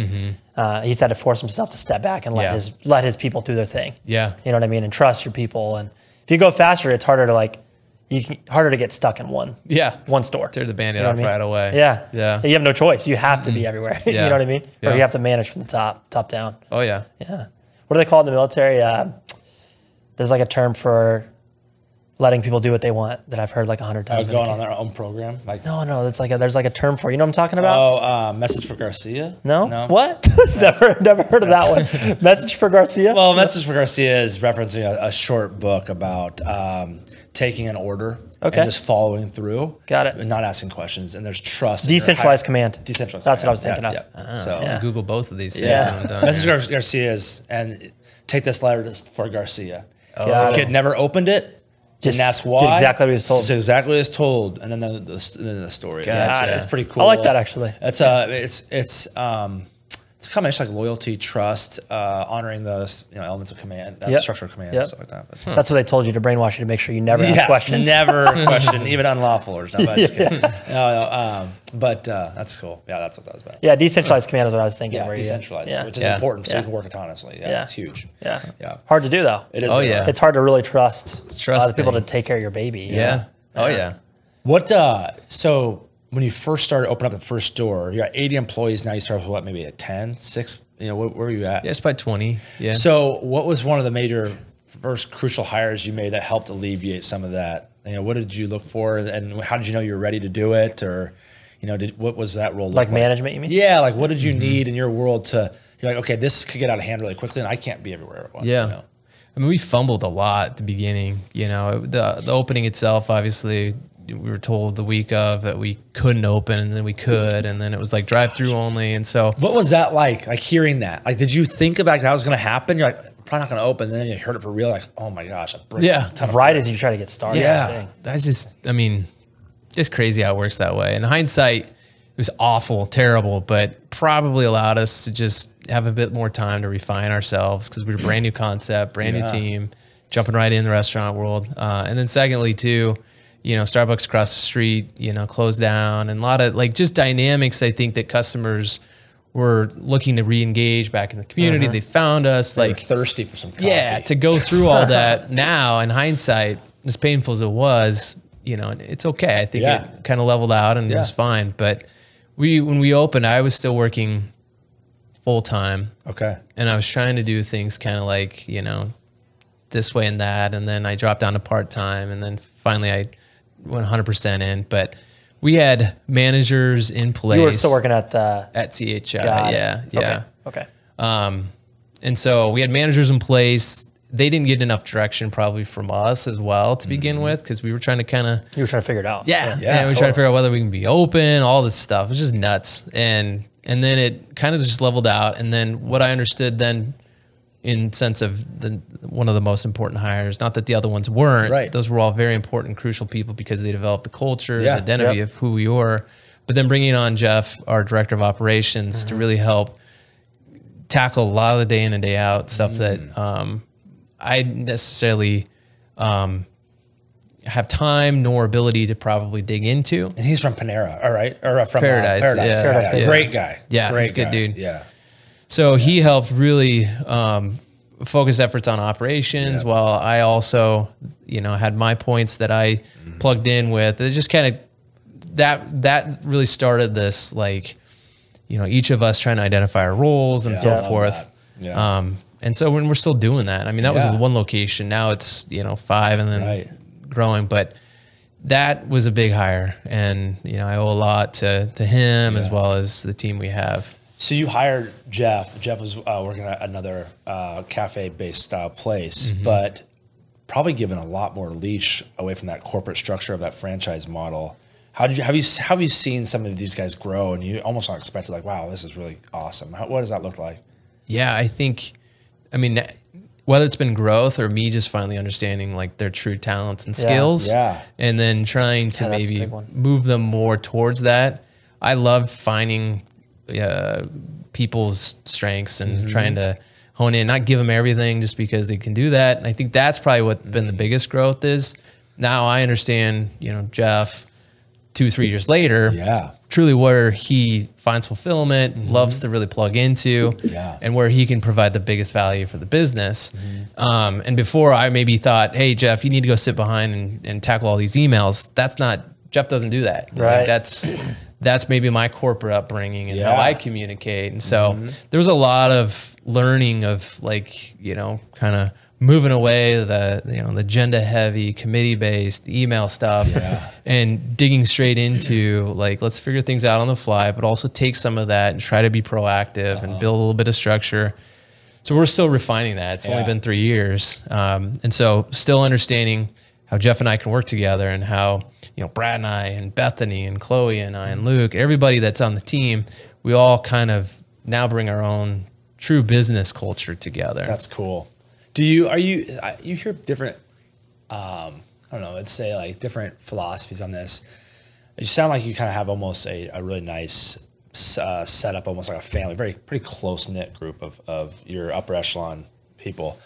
Uh, he's had to force himself to step back and let
Mm-hmm. Yeah.
his let his people do their thing.
Yeah.
You know what I mean? And trust your people. And if you go faster, it's harder to like you can harder to get stuck in one
Yeah.
one store.
Tear the band-aid
You know
off
what I mean?
right away.
Yeah.
Yeah. Mm-hmm.
You have no choice. You have to be everywhere.
Yeah.
you know what I mean?
Yeah.
Or you have to manage from the top top down.
Oh yeah.
Yeah. What do they call it in the military? Uh, there's like a term for letting people do what they want that I've heard like a hundred
Uh,
times.
going on their own program. Like,
no, no, that's like a, there's like a term for. it. You know what I'm talking about?
oh, uh, message for Garcia.
no? What? never, never heard of that one. Message for Garcia.
Well, Message for Garcia is referencing a, a short book about um, taking an order
Okay.
and just following through.
Got it.
And not asking questions. And there's trust. in your
Decentralized
higher-
command.
Decentralized.
That's what I was
command.
thinking
Yeah,
of. Uh-huh.
yeah. So,
Yeah.
Google both of these things.
Yeah.
when I'm done
Message
here.
Gar- Garcia is, and take this letter to- for Garcia.
Oh. Got
the
it.
kid never opened it.
Just
and that's
did
why
exactly what he was told.
Just exactly what he was told, and then the, the, the, the story.
Gotcha.
It's, it's pretty cool.
I like that, actually.
That's uh, it's it's um, it's a combination like loyalty, trust, uh, honoring those you know elements of command, uh,
Yep.
structure of command,
Yep.
stuff like that. That's
That's what they told you to brainwash you to make sure you never ask
Yes,
questions.
never question, even unlawful or something. Just kidding. No, no, um, but uh, that's cool. Yeah, that's what that was about.
Yeah, decentralized command is what I was thinking.
Yeah,
where you-
decentralized,
yeah.
which is
Yeah.
important, so
Yeah.
you can work autonomously. Yeah,
Yeah.
it's huge.
yeah.
yeah.
Hard to do though.
It is.
Oh,
really
yeah.
hard.
It's hard to really trust,
Trust
other people to
thing.
take care of your baby. you know?
Yeah. Oh yeah.
What? Uh, so when you first started opening up the first store, you're at 80 employees. Now you start with what? Maybe at 10, 6? You know, where, where were you at?
Yeah, it's by twenty. Yeah.
So what was one of the major first crucial hires you made that helped alleviate some of that? You know, what did you look for, and how did you know you were ready to do it, or you know, did what was that role look
Like management, you mean?
Yeah, like what
Mm-hmm.
did you need in your world to? You're like, okay, this could get out of hand really quickly, and I can't be everywhere at once.
Yeah.
You know?
I mean, we fumbled a lot at the beginning. You know, the the opening itself, obviously, we were told the week of that we couldn't open, and then we could, and then it was like drive through only, and so
What was that like? Like hearing that? Like, did you think about that was going to happen? You're like, probably not going to open. And then you heard it for real. Like, oh my gosh, a brick,
Yeah.
ton of
Right as you try to get started.
Yeah.
I think.
that's just, I mean, just crazy how it works that way. In hindsight, it was awful, terrible, but probably allowed us to just have a bit more time to refine ourselves because we were brand new concept, brand
Yeah.
new team, jumping right in the restaurant world. Uh, and then secondly, too, you know, Starbucks across the street, you know, closed down, and a lot of like just dynamics. I think that customers were looking to re-engage back in the community. They found us
Like
like
thirsty for some coffee.
yeah, to go through all that now in hindsight, as painful as it was, you know, it's okay. I think
Yeah.
it kind of leveled out and
Yeah.
it was fine. But we, when we opened, I was still working full time
okay.
and I was trying to do things kind of like, you know, this way and that. And then I dropped down to part time. And then finally I went 100% in. But we had managers in place
You were still working at the.
at CHI.
Uh,
Got it.
Yeah. Yeah.
Okay. okay.
And so we had managers in place. They didn't get enough direction probably from us as well to begin with because we were trying to kind of
You were trying to figure it out.
yeah,
Mm-hmm. Yeah,
and we tried
totally.
to figure out whether we can be open, all this stuff. It's just nuts. And and then it kind of just leveled out. And then what I understood then in sense of the one of the most important hires, not that the other ones weren't.
Right.
Those were all very important, crucial people because they developed the culture,
Yeah,
the identity
yep.
of who we were. But then bringing on Jeff, our director of operations, to really help tackle a lot of the day in and day out stuff that um, I necessarily um, have time nor ability to probably dig into.
And he's from Panera, all right, or uh, from uh,
Paradise,
Paradise.
yeah.
Paradise,
yeah.
Great guy.
Yeah,
Great
he's a good
guy.
dude.
Yeah.
So he helped really um, focus efforts on operations
Yeah.
while I also, you know, had my points that I
Mm-hmm.
plugged in with. It just kind of that that really started this like, you know, each of us trying to identify our roles and
Yeah,
so
I love
forth.
that. Yeah.
Um, and so when we're still doing that, I mean, that
Yeah.
was one location. Now it's you know five and then
Right.
growing, but that was a big hire, and you know I owe a lot to to him as
Yeah.
well as the team we have.
So you hired Jeff. Jeff was uh, working at another uh, cafe-based style place, but probably given a lot more leash away from that corporate structure of that franchise model. How did you have you how have you seen some of these guys grow and you almost not expected like wow this is really awesome. How, what does that look like?
Yeah, I think, I mean, that- whether it's been growth or me just finally understanding like their true talents and
Yeah,
skills,
yeah.
and then trying to
Yeah, that's a
maybe
big one.
move them more towards that. I love finding uh, people's strengths and
Mm-hmm.
trying to hone in, not give them everything just because they can do that. And I think that's probably what been the biggest growth is. Now I understand, you know, Jeff, two three years later,
Yeah.
truly where he finds fulfillment, loves to really plug into,
Mm-hmm. Yeah.
and where he can provide the biggest value for the business.
Mm-hmm.
Um, and before I maybe thought, hey, Jeff, you need to go sit behind and, and tackle all these emails. That's not, Jeff doesn't do that. Like,
Right.
that's, that's maybe my corporate upbringing and how
Yeah.
I communicate. And so there was a lot of learning of like, you know, kind of moving away the, you know, the agenda heavy committee based email stuff and digging straight into like, let's figure things out on the fly, but also take some of that and try to be proactive and build a little bit of structure. So we're still refining that. It's only
Yeah.
been three years, um, and so still understanding how Jeff and I can work together, and how you know Brad and I, and Bethany, and Chloe, and I, and Luke, everybody that's on the team, we all kind of now bring our own true business culture together.
That's cool. Do you are you I- you hear different? Um, I don't know. Let's say like different philosophies on this. You sound like you kind of have almost a, a really nice s- uh, set up almost like a family, very pretty close knit group of of your upper echelon people.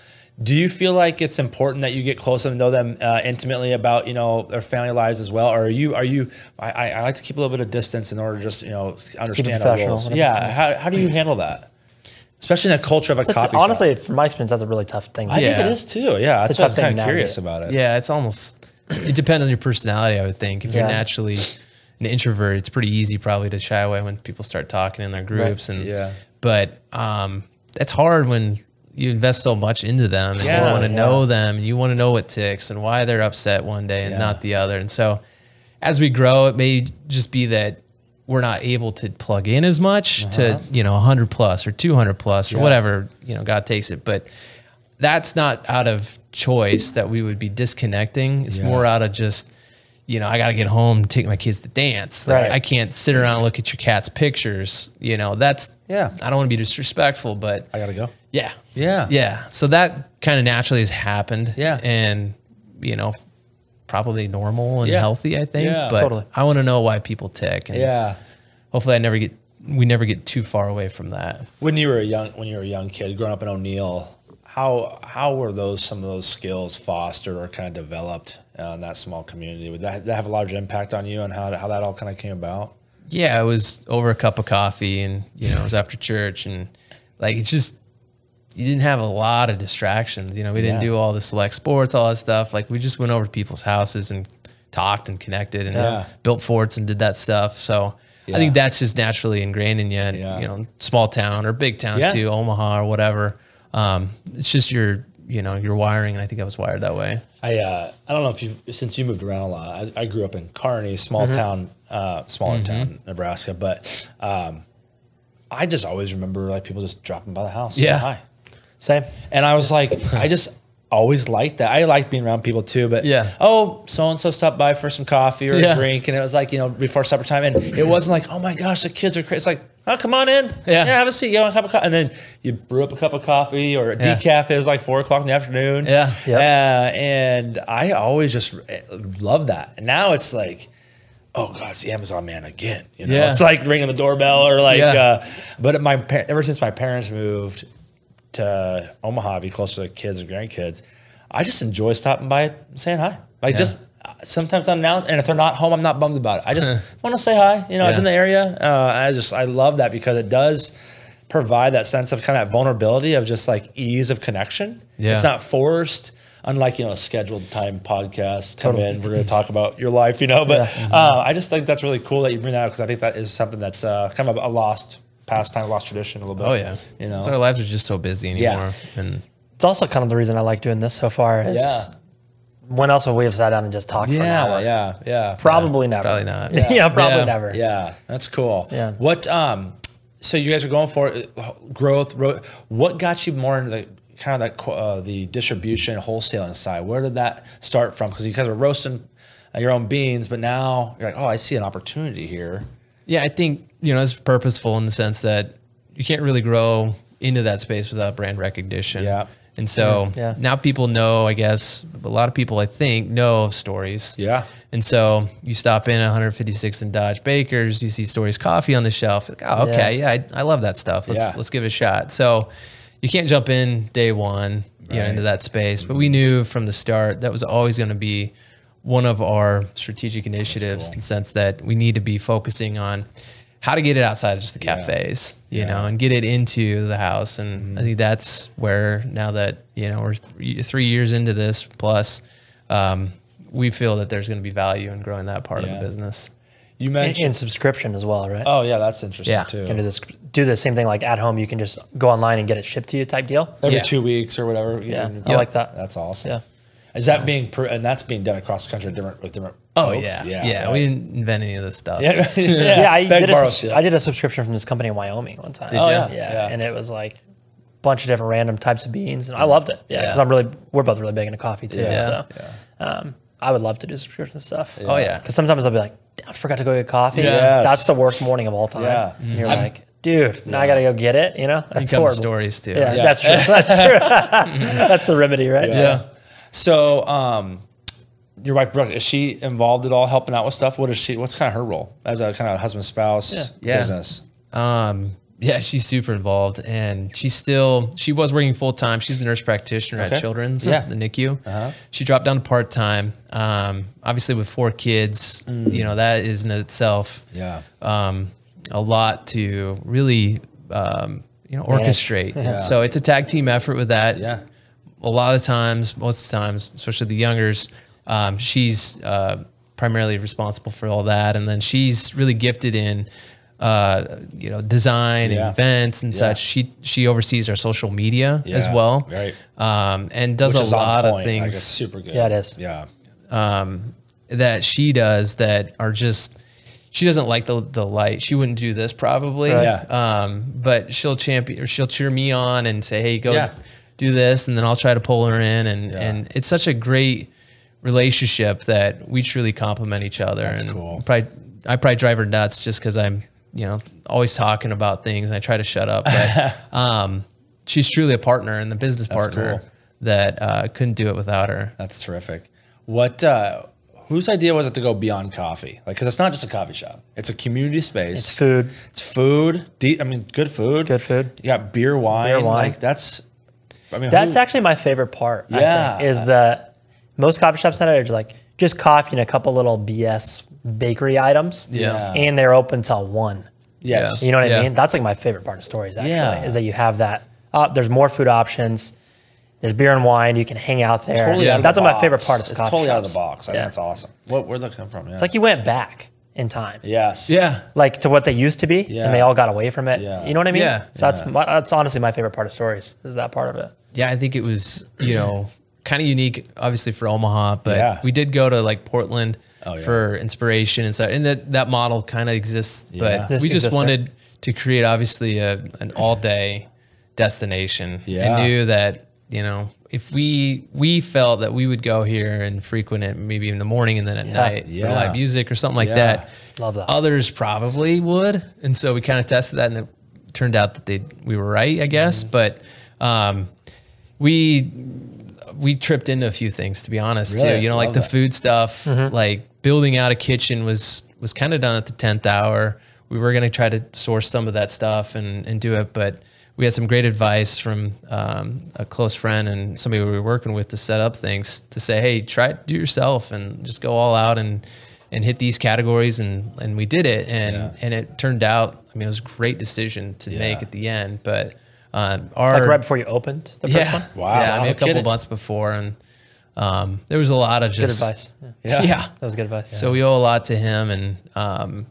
Do you feel like it's important that you get close and know them uh, intimately about you know their family lives as well, or are you are you? I, I I like to keep a little bit of distance in order to just you know understand our
professional,
roles.
whatever.
Yeah, how, how do you handle that, especially in a culture of a
That's-
copy? shop?
honestly, from my experience, that's a really tough thing.
I
Yeah.
think it is too. Yeah, that's
It's
why
a
I'm
thing
kind of
now,
curious
yeah.
about it.
Yeah, it's almost. It depends on your personality, I would think. If you're
Yeah.
naturally an introvert, it's pretty easy probably to shy away when people start talking in their groups. And
Yeah.
but um, that's hard when you invest so much into them and you
Yeah,
want to
yeah.
know them and you want to know what ticks and why they're upset one day and
Yeah.
not the other. And so as we grow, it may just be that we're not able to plug in as much
Uh-huh.
to you know 100 plus or 200 plus or whatever you know God takes it, but that's not out of choice that we would be disconnecting. It's
Yeah.
more out of just, you know, I got to get home, take my kids to dance. Like,
Right.
I can't sit around and look at your cat's pictures. You know, that's
Yeah.
I don't want to be disrespectful, but
I gotta go.
yeah,
Yeah.
yeah. So that kind of naturally has happened.
Yeah.
and you know, probably normal and
Yeah.
healthy. I think.
Yeah.
but
Totally.
I want to know why people tick. And
Yeah.
Hopefully, I never get we never get too far away from that.
When you were a young when you were a young kid growing up in O'Neill, how how were those some of those skills fostered or kind of developed uh, in that small community? Would that, that have a large impact on you and how how that all kind of came about?
yeah, it was over a cup of coffee and you know, it was after church and like it's just you didn't have a lot of distractions. You know, we didn't
Yeah.
do all the select sports, all that stuff. Like we just went over to people's houses and talked and connected and
Yeah.
built forts and did that stuff. So
Yeah.
I think that's just naturally ingrained in you. And,
Yeah.
You know, small town or big town
Yeah.
too, Omaha or whatever. Um, it's just your you know your wiring, and I think I was wired that way.
I uh, I don't know if you since you moved around a lot. I, I grew up in Kearney, small
Mm-hmm.
town, uh, smaller town, Nebraska. But um, I just always remember like people just dropping by the house. saying
Yeah.
hi.
Same.
And I was like, I just always liked that. I liked being around people too, but
Yeah.
oh, so and so stopped by for some coffee or
Yeah.
a drink. And it was like, you know, before supper time. And it wasn't like, oh my gosh, the kids are crazy. It's like, oh, come on in.
Yeah.
have a seat. You want a cup of coffee. And then you brew up a cup of coffee or a
Yeah.
decaf. It was like four o'clock in the afternoon.
Yeah.
Yep.
Uh, and I always just love that. And now it's like, oh god, it's the Amazon man again. You know,
Yeah.
it's like ringing the doorbell or like.
Yeah.
Uh, but my par- ever since my parents moved to Omaha, to be closer to the kids and grandkids, I just enjoy stopping by, and saying hi. Like
Yeah.
just uh, sometimes I'm announced, and if they're not home, I'm not bummed about it. I just want to say hi. You know, I was
Yeah.
in the area. Uh, I just I love that because it does provide that sense of kind of vulnerability of just like ease of connection.
Yeah.
It's not forced. Unlike you know a scheduled time podcast, come in. We're going to talk about your life, you know. But uh, I just think that's really cool that you bring that up because I think that is something that's uh, kind of a lost pastime, lost tradition a little bit.
Oh yeah,
you know.
So our lives are just so busy
Yeah.
anymore, and
It's also kind of the reason I like doing this so far. Is
Yeah.
When else have we have sat down and just talked for an
yeah,
hour?
yeah, yeah.
Probably never.
probably not.
Yeah, probably
Yeah.
never.
Yeah, that's cool.
Yeah.
What um, so you guys are going for uh, growth. ro- What got you more into the kind of that qu- uh, the distribution wholesaling side? Where did that start from? Because you guys were roasting uh, your own beans, but now you're like, oh, I see an opportunity here.
Yeah, I think you know it's purposeful in the sense that you can't really grow into that space without brand recognition.
Yeah.
and so
Yeah.
now people know. I guess a lot of people, I think, know of stories.
Yeah.
and so you stop in 156th and Dodge Baker's, you see Stories Coffee on the shelf. Like, oh, okay, yeah, I, I love that stuff. Let's
Yeah.
let's give it a shot. So you can't jump in day one, you know,
Right.
into that space. But we knew from the start that was always going to be one of our strategic initiatives
cool.
in the sense that we need to be focusing on how to get it outside of just the cafes, you
Yeah. Mm-hmm.
know, and get it into the house. And I think that's where now that, you know, we're th- three years into this plus, um, we feel that there's going to be value in growing that part of
Yeah.
the business.
You
And,
mentioned.
and subscription as well, right?
oh yeah, that's interesting
Yeah.
too.
You can do this, do the same thing like at home. You can just go online and get it shipped to you, type deal.
Every
Yeah.
two weeks or whatever. you
Yeah,
can-
I like that.
That's awesome.
Yeah.
Is that being per- and that's being done across the country different with different?
Oh
folks?
yeah, yeah.
yeah,
We
right.
didn't invent any of this stuff.
yeah,
Yeah, I,
Beg,
did
borrow,
a, subs-
steal.
I did a subscription from this company in Wyoming one time.
Oh, you?
yeah.
yeah.
Yeah.
And it was like a bunch of different random types of beans. And I loved it. Yeah.
Yeah.
Because I'm really, we're both really big into coffee too.
Yeah.
So Um, I would love to do subscription stuff.
Oh yeah.
Because sometimes I'll be like, "Damn, I forgot to go get coffee.
Yes.
That's the worst morning of all time.
Yeah.
And you're
Mm-hmm.
like, dude, now I got to go get it. You know, that's
Income
horrible.
stories too.
Yeah,
Yeah.
that's true. That's true. that's the remedy, right?
Yeah.
So, um, your wife Brooke is she involved at all, helping out with stuff? What is she? What's kind of her role as a kind of husband spouse
Yeah.
business?
Um, yeah, she's super involved, and she's still she was working full time. She's the nurse practitioner
Okay.
at Children's,
Yeah. Uh-huh.
the NICU. She dropped down to part time. Um, obviously, with four kids,
Mm.
you know that is in itself
Yeah.
um, a lot to really um, you know orchestrate.
Yeah.
So it's a tag team effort with that.
Yeah.
A lot of times, most of the times, especially the youngers, um, she's uh, primarily responsible for all that, and then she's really gifted in. Uh, you know, design
Yeah.
and events and
Yeah.
such. She she oversees our social media as
Yeah.
well,
Right.
Um, and does
Which
a
is on
lot of
point. Like, it's
things
super good.
Yeah, it is.
Yeah.
that she does that are just she doesn't like the the light. She wouldn't do this probably.
Right. Yeah.
Um, but she'll champion or she'll cheer me on and say, "Hey, go
Yeah.
do this," and then I'll try to pull her in, and
Yeah.
and it's such a great relationship that we truly complement each other.
That's
and
cool.
Probably, I probably drive her nuts just because I'm you know always talking about things and I try to shut up, but um, she's truly a partner and the business partner
cool.
that uh, couldn't do it without her.
That's terrific. What, uh, whose idea was it to go beyond coffee? Like, cause it's not just a coffee shop. It's a community space.
It's food.
It's food. De- I mean, good food.
Good food.
You got beer, wine.
Beer, wine.
Like that's. I mean,
That's
who-
actually my favorite part. I
Uh-huh. Yeah.
think, is that most coffee shops now are just like just coffee and a couple little BS bakery items.
Yeah.
and they're open till one.
yes.
You know what
Yeah.
I mean? That's like my favorite part of stories. Actually,
Yeah.
is that you have that. Uh, there's more food options. There's beer and wine. You can hang out there.
Totally out of the
That's my
box.
favorite part of
It's
coffee
totally out of
shops.
the box. I
Yeah.
think that's awesome. What where'd that come from? Yeah.
It's like you went back in time.
yes.
Yeah,
Like to what they used to be,
Yeah.
and they all got away from it.
Yeah.
You know what I mean?
Yeah.
So that's my, that's honestly my favorite part of stories. Is that part of it?
yeah, I think it was, you know, kind of unique, obviously for Omaha, but
Yeah.
we did go to like Portland
Oh, yeah.
for inspiration and stuff. And that, that model kind of exists,
Yeah.
but we
Exists
just
there.
wanted to create obviously a, an all day destination.
Yeah.
I knew that, you know, if we, we felt that we would go here and frequent it maybe in the morning and then at night
Yeah.
for live music or something like
Yeah.
that.
Love that.
Others probably would, and so we kind of tested that, and it turned out that they we were right, I guess.
Mm-hmm.
But um, we we tripped into a few things, to be honest,
Really?
too. You know, like
Love
the
that. Mm-hmm.
food stuff, like building out a kitchen was was kind of done at the tenth hour. We were going to try to source some of that stuff and and do it, but we had some great advice from um, a close friend and somebody we were working with to set up things to say, hey, try it, do it yourself and just go all out and and hit these categories and and we did it and and it turned out. I mean, it was a great decision to make at the end, but. Um, our,
Like right before you opened the first
yeah.
one.
Wow,
Yeah,
wow,
I mean,
no
a couple
kidding.
months before, and um, there was a lot of
Good
just
advice. Yeah.
Yeah.
That was good advice.
So we owe a lot to him, and um,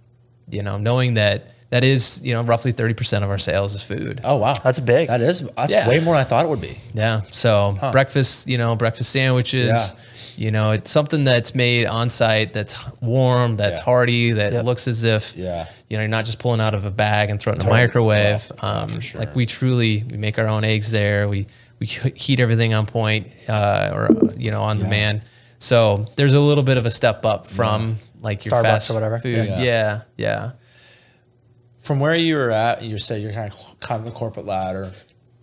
you know, knowing that that is you know roughly thirty percent of our sales is food.
Oh wow.
That's big.
That is. That's
Yeah.
way more than I thought it would be.
Yeah. So breakfast, you know, breakfast sandwiches.
Yeah.
You know, it's something that's made on site that's warm, that's
Yeah.
hearty, that
Yep.
looks as if
Yeah.
you know, you're not just pulling out of a bag and throwing it in the
Totally.
microwave.
Yeah,
um,
for sure.
Like we truly, we make our own eggs there. We we heat everything on point uh, or you know on demand. So there's a little bit of a step up from like your
Starbucks
fast
or whatever.
Food. Yeah.
Yeah.
yeah, yeah.
From where you were at, you said you're kind of climbing the corporate ladder.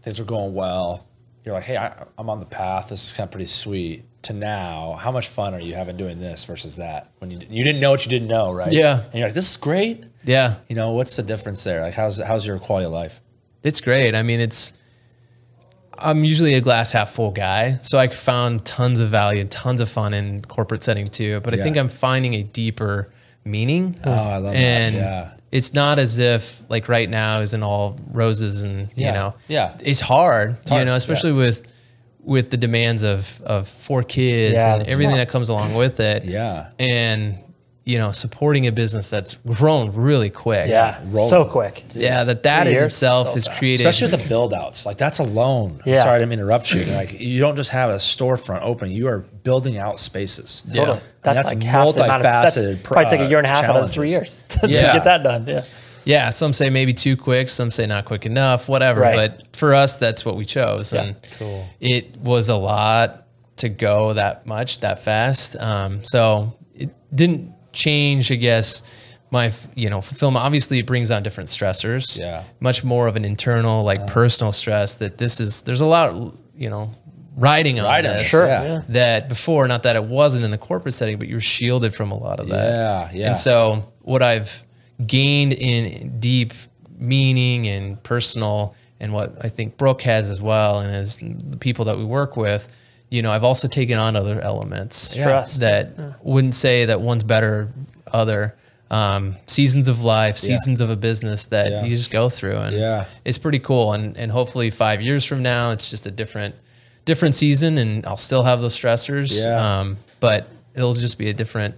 Things were going well. You're like, hey, I, I'm on the path. This is kind of pretty sweet. To now, how much fun are you having doing this versus that? When you you didn't know what you didn't know, right?
Yeah.
And you're like, this is great. You know, what's the difference there? Like, how's how's your quality of life?
It's great. I mean, it's. I'm usually a glass half full guy, so I found tons of value, and tons of fun in corporate setting too. But I
Yeah.
think I'm finding a deeper meaning.
Oh, I love that.
and
Yeah.
it's not as if like right now isn't all roses and
Yeah.
you know
Yeah.
it's hard,
hard,
you know especially with with the demands of of four kids
Yeah,
and
that's
everything that comes along with it
Yeah.
and you know supporting a business that's grown really quick
yeah.
Roll.
So quick.
yeah that that
Three
in
years,
itself
so
is
fast.
created
especially with the build outs like that's alone
Yeah.
I'm sorry i didn't interrupt you like you don't just have a storefront open you are building out spaces
Yeah.
Totally.
And
That's,
that's
like half the amount of that's
multifaceted pro-
probably take a year and a half out of the three
challenges.
years to
Yeah.
get that done. Yeah.
Yeah, some say maybe too quick, some say not quick enough, whatever.
Right.
But for us, that's what we chose, and
cool.
it was a lot to go that much that fast. Um, so it didn't change, I guess. My f- you know fulfillment obviously it brings on different stressors.
Yeah.
much more of an internal like personal stress that this is. There's a lot you know riding on
Riding,
this.
sure.
Yeah.
Yeah.
That before, not that it wasn't in the corporate setting, but you were shielded from a lot of that.
Yeah, yeah.
And so what I've gained in deep meaning and personal, and what I think Brooke has as well, and as the people that we work with, you know, I've also taken on other elements
Trust.
that wouldn't say that one's better other. Um, seasons of life, seasons of a business that
Yeah.
you just go through, and
Yeah.
it's pretty cool. And and hopefully five years from now, it's just a different different season, and I'll still have those stressors.
Yeah.
Um, but it'll just be a different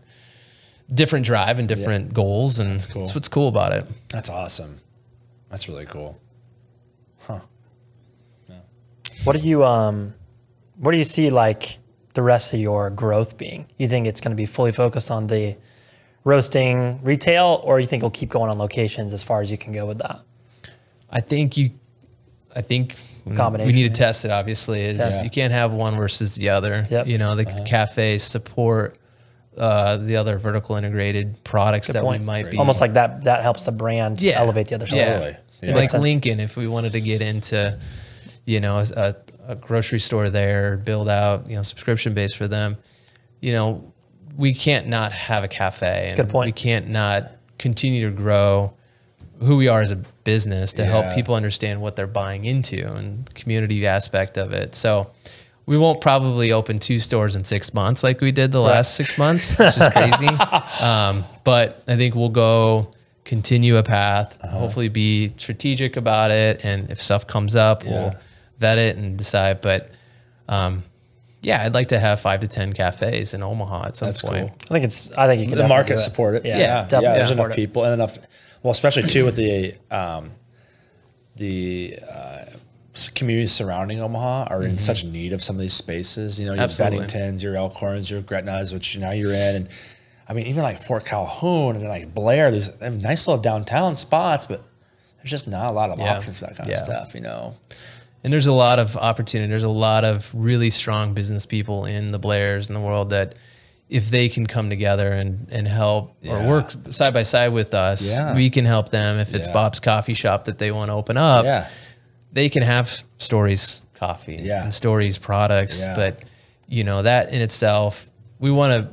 different drive and different goals, and that's,
cool.
what's cool about it.
That's awesome. That's really cool.
What do you um, what do you see like the rest of your growth being? You think it's going to be fully focused on the roasting retail, or you think you'll keep going on locations as far as you can go with that?
I think you, I think we
Combination,
need
yeah.
to test it. Obviously, is
Yeah.
you can't have one versus the other.
Yep. Uh-huh.
You know, the cafes support uh, the other vertical integrated products that
Point.
we might be
almost like that. That helps the brand
Yeah.
elevate the other side.
Yeah.
Totally. Yeah.
Makes
like
sense.
Lincoln, if we wanted to get into, you know, a, a grocery store there, build out, you know, subscription base for them, you know, we can't not have a cafe. And
Good point.
We can't not continue to grow who we are as a business to help
Yeah.
people understand what they're buying into and the community aspect of it. So we won't probably open two stores in six months like we did the last six months. It's just crazy. Um, but I think we'll go continue a path,
Uh-huh.
hopefully be strategic about it. And if stuff comes up,
Yeah.
we'll vet it and decide. But um, yeah, I'd like to have five to 10 cafes in Omaha at some
That's
point.
cool.
I think it's. I think you can definitely
The
do
market
it.
support it.
Yeah,
yeah,
definitely
yeah, There's
support
enough
it.
people and enough. Well, especially too with the um, the uh, s- communities surrounding Omaha are
Mm-hmm.
in such need of some of these spaces. You know, your
Absolutely.
Benningtons, your Elkhorns, your Gretnas, which now you're in, and I mean even like Fort Calhoun and like Blair. There's they have nice little downtown spots, but there's just not a lot of
Yeah.
options for that kind
Yeah.
of stuff. You know,
And there's a lot of opportunity. There's a lot of really strong business people in the Blairs in the world that if they can come together and, and help
Yeah.
or work side by side with us,
Yeah.
we can help them. If it's
Yeah.
Bob's coffee shop that they want to open up,
yeah,
they can have stories coffee
Yeah.
and stories products.
Yeah.
But you know, that in itself, we want to,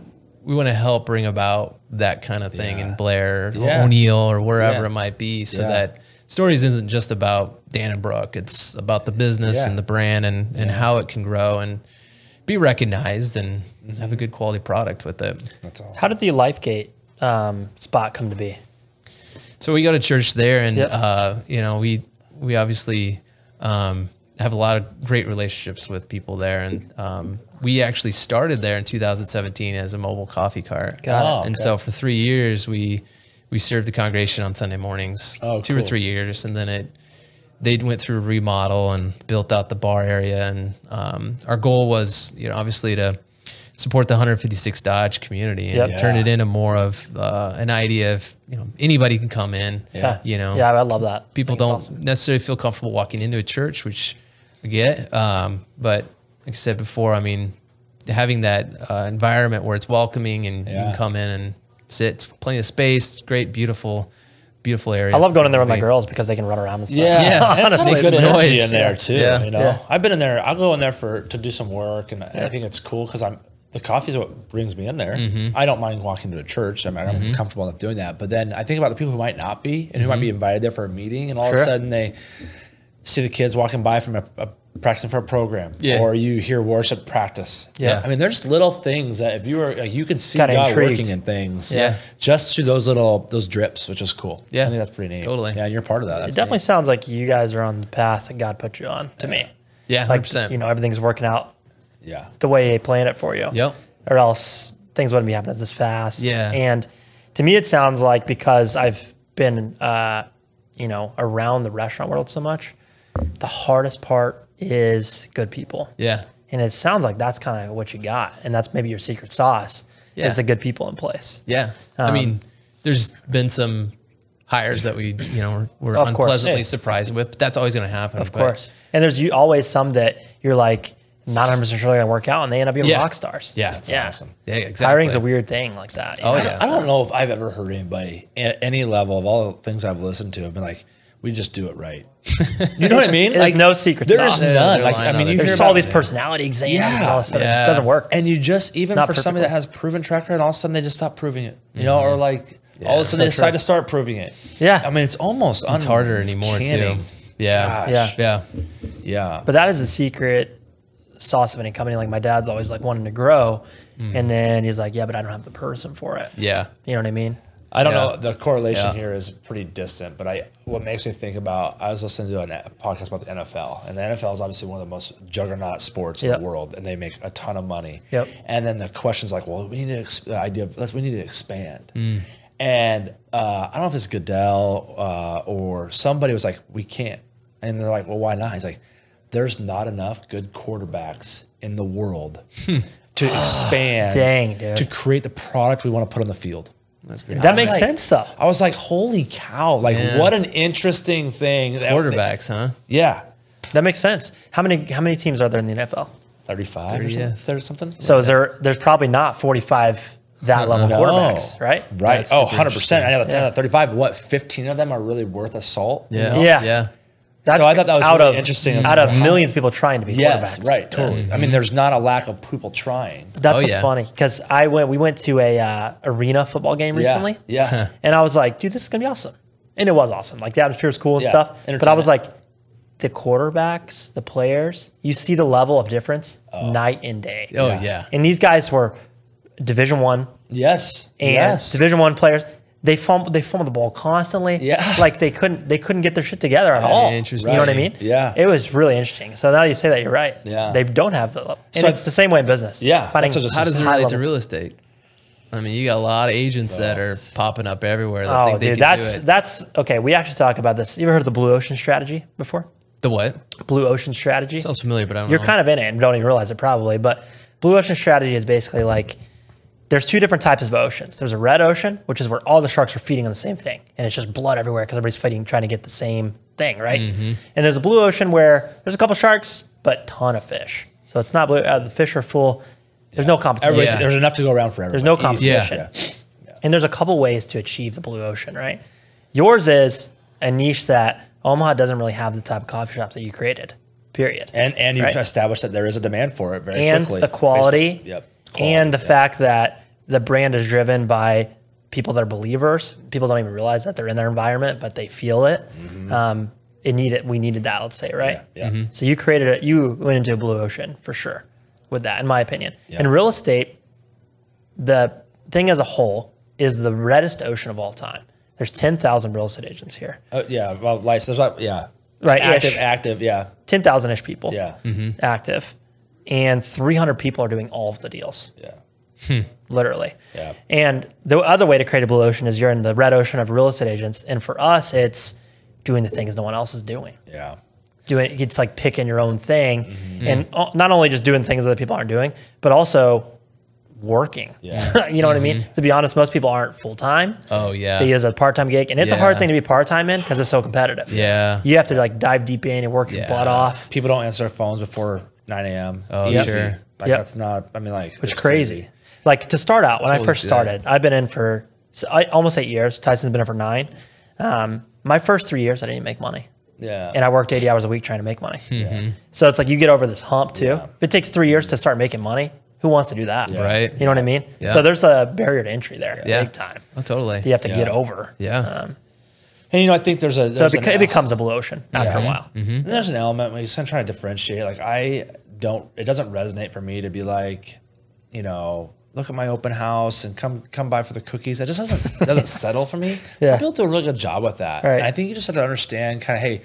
we want to help bring about that kind of thing
Yeah.
in Blair
Yeah.
or O'Neill or wherever
Yeah.
it might be so
Yeah.
that stories isn't just about Dan and Brooke. It's about the business
Yeah.
and the brand and, and how it can grow and be recognized and
Mm-hmm.
have a good quality product with it.
that's awesome.
How did the LifeGate um, spot come to be?
So we go to church there, and
Yep.
uh, you know we we obviously um, have a lot of great relationships with people there, and um, we actually started there in 2017 as a mobile coffee cart.
Got it.
Oh,
And
okay.
so for three years we we served the congregation on Sunday mornings, two
Oh,
or
cool.
three years, and then it they went through a remodel and built out the bar area. And um, our goal was, you know, obviously to support the 156 Dodge community and
Yep.
turn
Yeah.
it into more of uh, an idea of, you know, anybody can come in.
Yeah.
You know,
Yeah, I love that.
people
I think
don't
it's awesome.
necessarily feel comfortable walking into a church, which I get. Um, but like I said before, I mean, having that uh, environment where it's welcoming and you
Yeah.
can come in and sit, it's plenty of space, great, beautiful, beautiful area.
I love going in there with my
We-
girls because they can run around and stuff.
Yeah,
Yeah,
and it's got
honestly.
a good
Some
energy
noise.
in there
Yeah.
too.
Yeah.
You know,
Yeah.
I've been in there. I'll go in there for to do some work, and I think it's cool because I'm the coffee is what brings me in there.
Mm-hmm.
I don't mind walking to a church. I mean, I'm comfortable enough doing that. But then I think about the people who might not be and
Mm-hmm.
who might be invited there for a meeting, and all of
Sure.
a sudden they see the kids walking by from a, a practicing for a program,
Yeah.
or you hear worship practice.
Yeah.
I mean, there's little things that if you were like, you could see
Kinda
God
intrigued.
working in things,
Yeah.
just through those little those drips, which is cool.
Yeah.
I think that's pretty neat.
Totally.
yeah, and you're part of that. That's
It definitely sounds like you guys are on the path that God put you on. To me,
Yeah,
like
100%.
you know everything's working out
neat. yeah.
the way He planned it for you.
Yep.
Or else things wouldn't be happening this fast.
Yeah.
And to me, it sounds like because I've been, uh, you know, around the restaurant world so much, the hardest part is good people.
Yeah.
And it sounds like that's kind of what you got, and that's maybe your secret sauce
Yeah.
is the good people in place.
Yeah. I
Um,
mean, there's been some hires that we, you know, were, were
Of course.
unpleasantly
Hey.
surprised with, but that's always going to happen.
Of course. And there's you always some that you're like not 100 percent sure they're gonna work out, and they end up being
Yeah.
rock stars.
Yeah. That's
yeah.
awesome.
Yeah, exactly.
Hiring's a weird thing like that. you
Oh,
know?
yeah.
I don't know if I've ever heard anybody at any level of all the things I've listened to have been like, we just do it right. you know what I mean?
There's
Like,
no secret
There
sauce.
is
Yeah,
none.
they're
Like, I
lying on
mean, you
it.
hear
There's
about
all these personality exams and all this stuff. It just
Yeah.
doesn't work.
and you just even
Not
for
perfectly.
somebody that has proven track record, all of a sudden they just stop proving it. You know, or like All of a sudden,
so
they decide
true.
to start proving it.
Yeah.
I mean, it's almost
It's harder anymore too. Yeah.
Gosh.
Yeah.
Yeah.
But that is the secret sauce of any company. Like my dad's always like wanting to grow, and then he's like, "Yeah, but I don't have the person for it."
Mm. Yeah.
You know what I mean?
I don't
Yeah.
know. The correlation
Yeah.
here is pretty distant, but I what makes me think about I was listening to a podcast about the NFL, and the NFL is obviously one of the most juggernaut sports
Yep.
in the world, and they make a ton of money.
Yep.
And then the question's like, well, we need to ex- the idea of let's we need to expand.
Mm.
And uh, I don't know if it's Goodell uh, or somebody was like, we can't, and they're like, well, why not? He's like, there's not enough good quarterbacks in the world to expand,
Hmm. Dang, dude.
to create the product we want to put on the field.
That's great.
That makes
like-
sense though.
I was like, holy cow! Like,
Yeah.
what an interesting thing. that-
Quarterbacks, huh?
yeah,
That makes sense. How many how many teams are there in the NFL?
thirty-five or
30,
something.
yeah.
30 something.
So is there? There's probably not 45 that level
No.
quarterbacks, right?
Right.
That's
oh,
super
100 percent. I know
Yeah.
that thirty-five. What? Fifteen of them are really worth a salt.
Yeah.
Yeah.
Yeah.
So I thought that was
out
really
of
interesting.
Out of millions of people trying to be
Yes.
quarterbacks,
Right. Totally.
Mm-hmm.
I mean, there's not a lack of people trying.
That's
Oh,
what's
yeah.
funny because I went. We went to a uh, arena football game recently.
Yeah. yeah.
And I was like, dude, this is gonna be awesome. And it was awesome. Like the atmosphere was cool and
Yeah,
stuff. But I was like,
entertainment.
the quarterbacks, the players, you see the level of difference night and day.
Oh, yeah.
And these guys were Division One
Yes.
and
yes.
Division One players. They fumbled, they fumbled the ball constantly.
Yeah.
Like they couldn't they couldn't get their shit together at all.
Interesting.
You know what I mean?
Yeah.
It was really interesting. So now you say that you're right.
Yeah.
They don't have the level. And
So
it's the same way in business.
Yeah, that's what just-
How does it
high
relate
level-
to real estate? I mean, you got a lot of agents that are popping up everywhere. That
Oh,
think they
dude,
can
that's
do it.
that's okay. We actually talk about this. You ever heard of the blue ocean strategy before?
the what?
Blue ocean strategy.
Sounds familiar, but I don't
You're
Uh-huh.
know.
kind of in it and don't even realize it probably. But blue ocean strategy is basically like there's two different types of oceans. There's a red ocean, which is where all the sharks are feeding on the same thing, and it's just blood everywhere because everybody's fighting trying to get the same thing, right?
Mm-hmm.
And there's a blue ocean where there's a couple sharks, but ton of fish. So it's not blue. Uh, the fish are full. There's no competition.
Everybody's-
Yeah.
There's enough to go around for everybody.
There's no
Easy.
competition. And there's a couple ways to achieve the blue ocean, right? Yours is a niche that Omaha doesn't really have the type of coffee shops that you created, period.
And and you've
Right.
established that there is a demand for it very
and
quickly.
the quality,
Basically, Yep.
and the
Quality,
fact that the brand is driven by people that are believers. People don't even realize that they're in their environment, but they feel it. Um, it needed, we needed that, let's say, right?
Mm-hmm. yeah. Mhm.
So you created it, you went into a blue ocean for sure with that, in my opinion.
Yeah.
In real estate, the thing as a whole is the reddest ocean of all time. There's 10,000 real estate agents here,
Oh, yeah, well, license, like, yeah,
Right,
Active,
ish. Mm-hmm.
active, yeah,
10,000 ish people
yeah,
active, and 300 people are doing all of the deals.
yeah,
literally.
Yeah.
And the other way to create a blue ocean is you're in the red ocean of real estate agents. And for us, it's doing the things no one else is doing.
yeah.
Doing it's like picking your own thing,
Mm-hmm.
and o- not only just doing things other people aren't doing, but also working.
Yeah.
you know what I mean? To be honest, most people aren't full time.
Mm-hmm. Oh yeah.
They use a part time gig, and it's a hard
Yeah.
thing to be part time in because it's so competitive.
Yeah.
You have to like dive deep in and work your
Yeah.
butt off.
People don't answer their phones before 9 a.m.
Oh,
Easy.
sure.
Like,
Yep.
that's not, I mean, like,
It's crazy. Like to start out, when I
Totally
first
do.
started, I've been in for so I, almost eight years. Tyson's been in for nine. Um, my first three years, I didn't make money.
Yeah.
And I Mm-hmm. worked 80 hours a week trying to make money.
Hmm.
So it's like you get over this hump too. If it takes three years to start making money, who wants to do that?
Right.
You know what I mean?
Yeah.
So there's a barrier to entry there,
Yeah.
big time.
Oh, totally.
that You have to
Yeah.
get over.
Yeah.
Um,
and you know, I think there's a,
So
there's
it, beco-
an,
it becomes Mm-hmm. a blue ocean after a
Yeah. Mm-hmm.
while.
and there's an element when you're trying to differentiate. Like, I don't, it doesn't resonate for me to be like, you know, look at my open house and come come by for the cookies. That just doesn't doesn't settle for me.
Yeah.
Some people do a really good job with that.
Right.
And I think you just have to understand kind of, hey,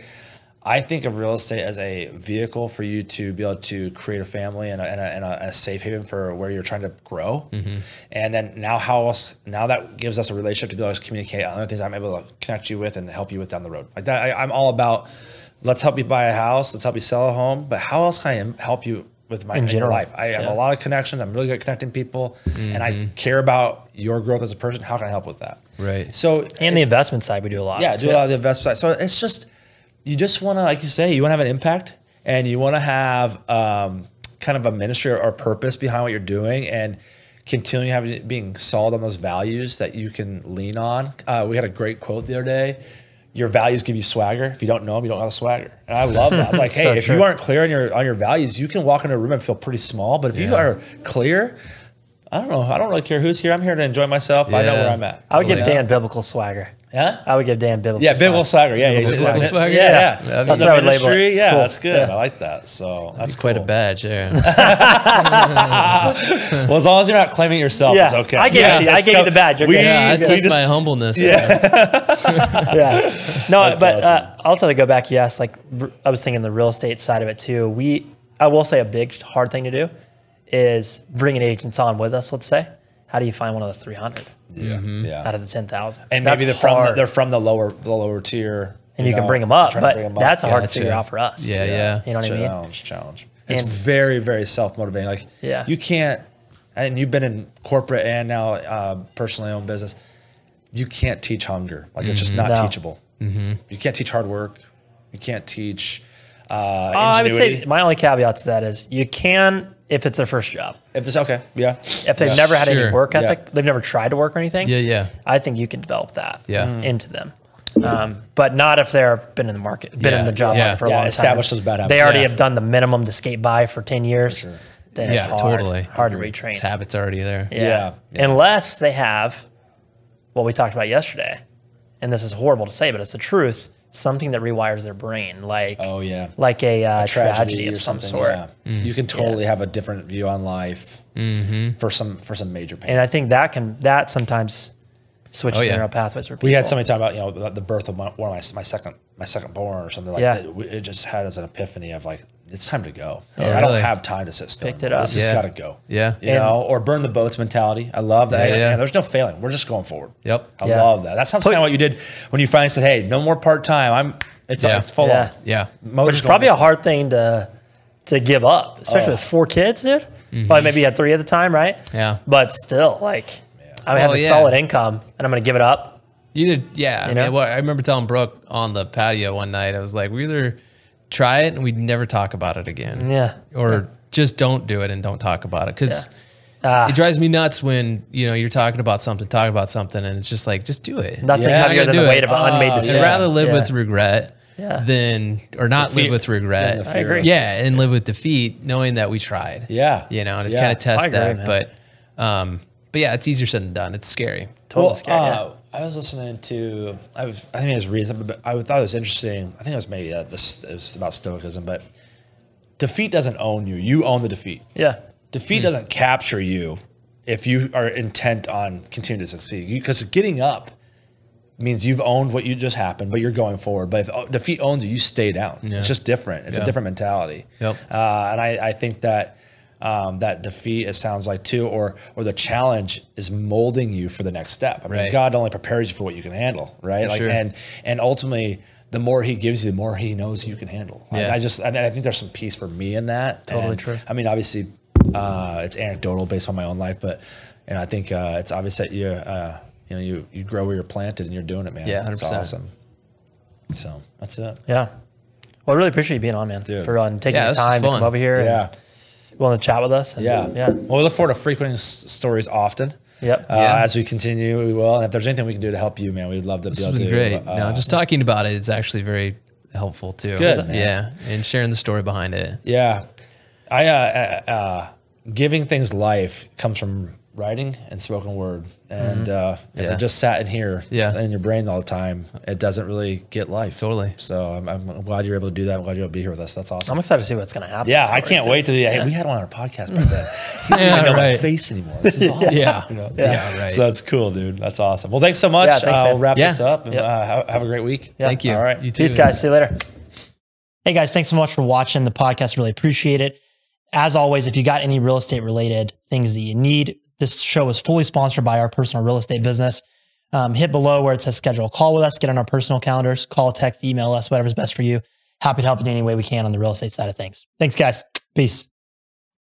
I think of real estate as a vehicle for you to be able to create a family and a, and a, and a, a safe haven for where you're trying to grow.
Mm-hmm.
And then now how else, now that gives us a relationship to be able to communicate on other things I'm able to connect you with and help you with down the road. Like that, I, I'm all about, let's help you buy a house, let's help you sell a home, but how else can I em- help you with my in
general.
your life? I have a lot of connections. I'm really good at connecting people and
Mm-hmm.
I care about your growth as a person. How can I help with that?
Right.
So
And the investment side, we do a lot.
yeah, do
too.
a lot of the investment. So it's just you just want to, like you say, you want to have an impact, and you want to have um, kind of a ministry or, or purpose behind what you're doing, and continue having being solid on those values that you can lean on. Uh, we had a great quote the other day. Your values give you swagger. If you don't know them, you don't have a swagger. And I love that. I was like, hey,
So
if
true.
you aren't clear on your on your values, you can walk into a room and feel pretty small. But if you
Yeah.
are clear, I don't know. I don't really care who's here. I'm here to enjoy myself. I know
Yeah.
where I'm at.
I would give
Totally.
Dan biblical swagger.
Yeah.
I would give Dan biblical.
Yeah, biblical
swagger.
swagger. Yeah, yeah,
Biblical
yeah,
swagger. Swagger,
Yeah,
yeah.
yeah.
That'd be-
That's what I would label
it. It's
Yeah,
cool.
that's good.
Yeah.
I like that. So that's
It's quite a
cool.
badge. Yeah.
Well, as long as you're not claiming it yourself,
Yeah,
it's okay.
I gave
Yeah.
it to you. I
Let's
gave you
go.
the badge. You're
We-
good.
yeah, I
we
test
just-
my humbleness.
yeah. No, but uh, also to go back, you asked, like, r- I was thinking the real estate side of it too. We, I will say, a big hard thing to do is bringing agents on with us, let's say. How do you find one of those 300
Yeah.
out of the 10,000?
And
That's
maybe they're from
hard.
they're from the lower the lower tier.
and you, can
know,
bring them up,
trying to
but
bring 'em up.
that's hard to
Gotcha.
figure out for us.
Yeah, yeah. Uh,
You know what I mean?
challenge, challenge. It's
And-
very, very self motivating. Like,
Yeah.
you can't, and you've been in corporate and now uh, personally owned business. You can't teach hunger. Like, it's just not
Mm-hmm. No. Mm-hmm.
teachable. You can't teach hard work. You can't teach. Uh,
I would
ingenuity.
say my only caveat to that is you can if it's their first job.
if it's okay, yeah.
If they've
Yeah.
never had
Sure.
any work
Yeah.
ethic, they've never tried to work or anything.
Yeah, yeah.
I think you can develop that
Yeah. Mm.
into them. Um, but not if they've been in the market, been
Yeah,
in the job
yeah.
market for a
Yeah,
long
establish
time.
those bad habits.
They already
Yeah.
have done the minimum to skate by for 10 years. Then
Yeah,
it's hard,
totally. Mm-hmm.
hard to retrain.
His habit's already there.
Yeah.
Unless they have what we talked about yesterday, and this is horrible to say, but it's the truth. Something that rewires their brain, like
Oh, yeah.
like a, uh, tragedy,
or
of some
something,
sort. Mm.
yeah. You can totally have a different view on life
Mm-hmm.
for some for some major pain.
And I think that can that sometimes switches
Oh, yeah.
neural pathways for people.
we had somebody talk about you know about the birth of my, one of my, my second my second born or something like
Yeah.
that. We- It just had as an epiphany of like it's time to go.
Yeah.
I don't
Really?
have time to sit still.
Picked it up.
This has
Yeah.
got to go.
Yeah.
you know, or burn the boats mentality. I love that.
Yeah, yeah.
Man, there's no failing. We're just going forward.
Yep.
I
Yeah.
love that. That sounds kind of what you did when you finally said, "Hey, no more part time. I'm it's
Yeah.
it's full
Yeah.
on."
Yeah.
Motor's
Which is probably a
going-
hard thing to to give up, especially
Oh. Mm-hmm.
with four kids, dude. Well, maybe you had three at the time, right?
Yeah.
But still, like, I'm
Oh,
having
yeah.
a solid income, and I'm going to give it up.
You did, yeah. I
know?
mean, well, I remember telling Brooke on the patio one night, I was like, we either try it and we'd never talk about it again.
Yeah.
Or just don't do it and don't talk about it. Cause
Ah.
it drives me nuts when, you know, you're talking about something, talking about something, and it's just like, just do it.
Nothing
Yeah, I
heavier
gotta
than the
do
weight
it.
of an unmade
Oh,
decision.
I'd rather live
Yeah.
with regret
Yeah.
than, or not
fear-
live with regret.
than the
I agree.
Yeah, and live with defeat, knowing that we tried.
Yeah.
you know, and it
Yeah.
kind of tests
I agree,
that.
man.
But, um, but yeah, it's easier said than done. It's scary.
Total scare, yeah.
uh, I was listening to I was I think it was reading something, but I thought it was interesting. I think it was maybe uh, this it was about stoicism, but defeat doesn't own you. You own the defeat.
Yeah.
Hmm.
Defeat doesn't capture you if you are intent on continuing to succeed. Because getting up means you've owned what you just happened, but you're going forward. But if uh, defeat owns you, you stay down.
Yeah.
It's just different. It's
Yeah.
a different mentality.
Yep.
Uh, and I, I think that um, that defeat it sounds like too, or or the challenge is molding you for the next step. I mean,
Right.
God only prepares you for what you can handle, right? Like
Sure.
and and ultimately. The more he gives you, the more he knows you can handle. Like,
Yeah.
I just, and I think there's some peace for me in that.
Totally
And,
true.
I mean, obviously, uh, it's anecdotal based on my own life, but and I think uh, it's obvious that you, uh, you know, you you grow where you're planted and you're doing it, man.
Yeah,
it's
100%.
awesome. So that's it.
Yeah. Well, I really appreciate you being on, man,
Dude.
for real, and taking
Yeah,
the
this was
time to
fun.
come over here
Yeah,
and willing to chat with us. and-
yeah,
Yeah.
Well, we look forward to frequenting s- stories often.
Yep.
Uh,
Yeah.
As we continue, we will. And if there's anything we can do to help you, man, we'd love to
This
be able
has been
to.
great.
Uh,
no, just talking about it is actually very helpful too.
Good, man.
yeah, and sharing the story behind it.
yeah, I uh, uh, uh, giving things life comes from writing and spoken word, and uh, if
Mm-hmm. Yeah.
it just sat in here,
Yeah.
in your brain all the time, it doesn't really get life.
Totally.
So I'm, I'm glad you're able to do that. I'm glad you're able to be here with us. That's awesome.
I'm excited to see what's going to happen.
yeah,
So
I can't
we're-
wait to do Hey, we had one on our podcast back then. I
Yeah,
don't know my
right.
face anymore. This is awesome.
Yeah.
You know?
Yeah. right.
So that's cool, dude. That's awesome. Well, thanks so much.
Yeah, thanks,
uh,
man.
we'll wrap
Yeah.
this up and
Yep.
uh, have, have a great week.
Yeah.
Thank you.
All right.
you too.
Peace, guys. See you later. Hey, guys. Thanks so much for watching the podcast. Really appreciate it. As always, if you got any real estate related things that you need, this show is fully sponsored by our personal real estate business. Um, hit below where it says schedule a call with us, get on our personal calendars, call, text, email us, whatever's best for you. Happy to help in any way we can on the real estate side of things. Thanks, guys. Peace.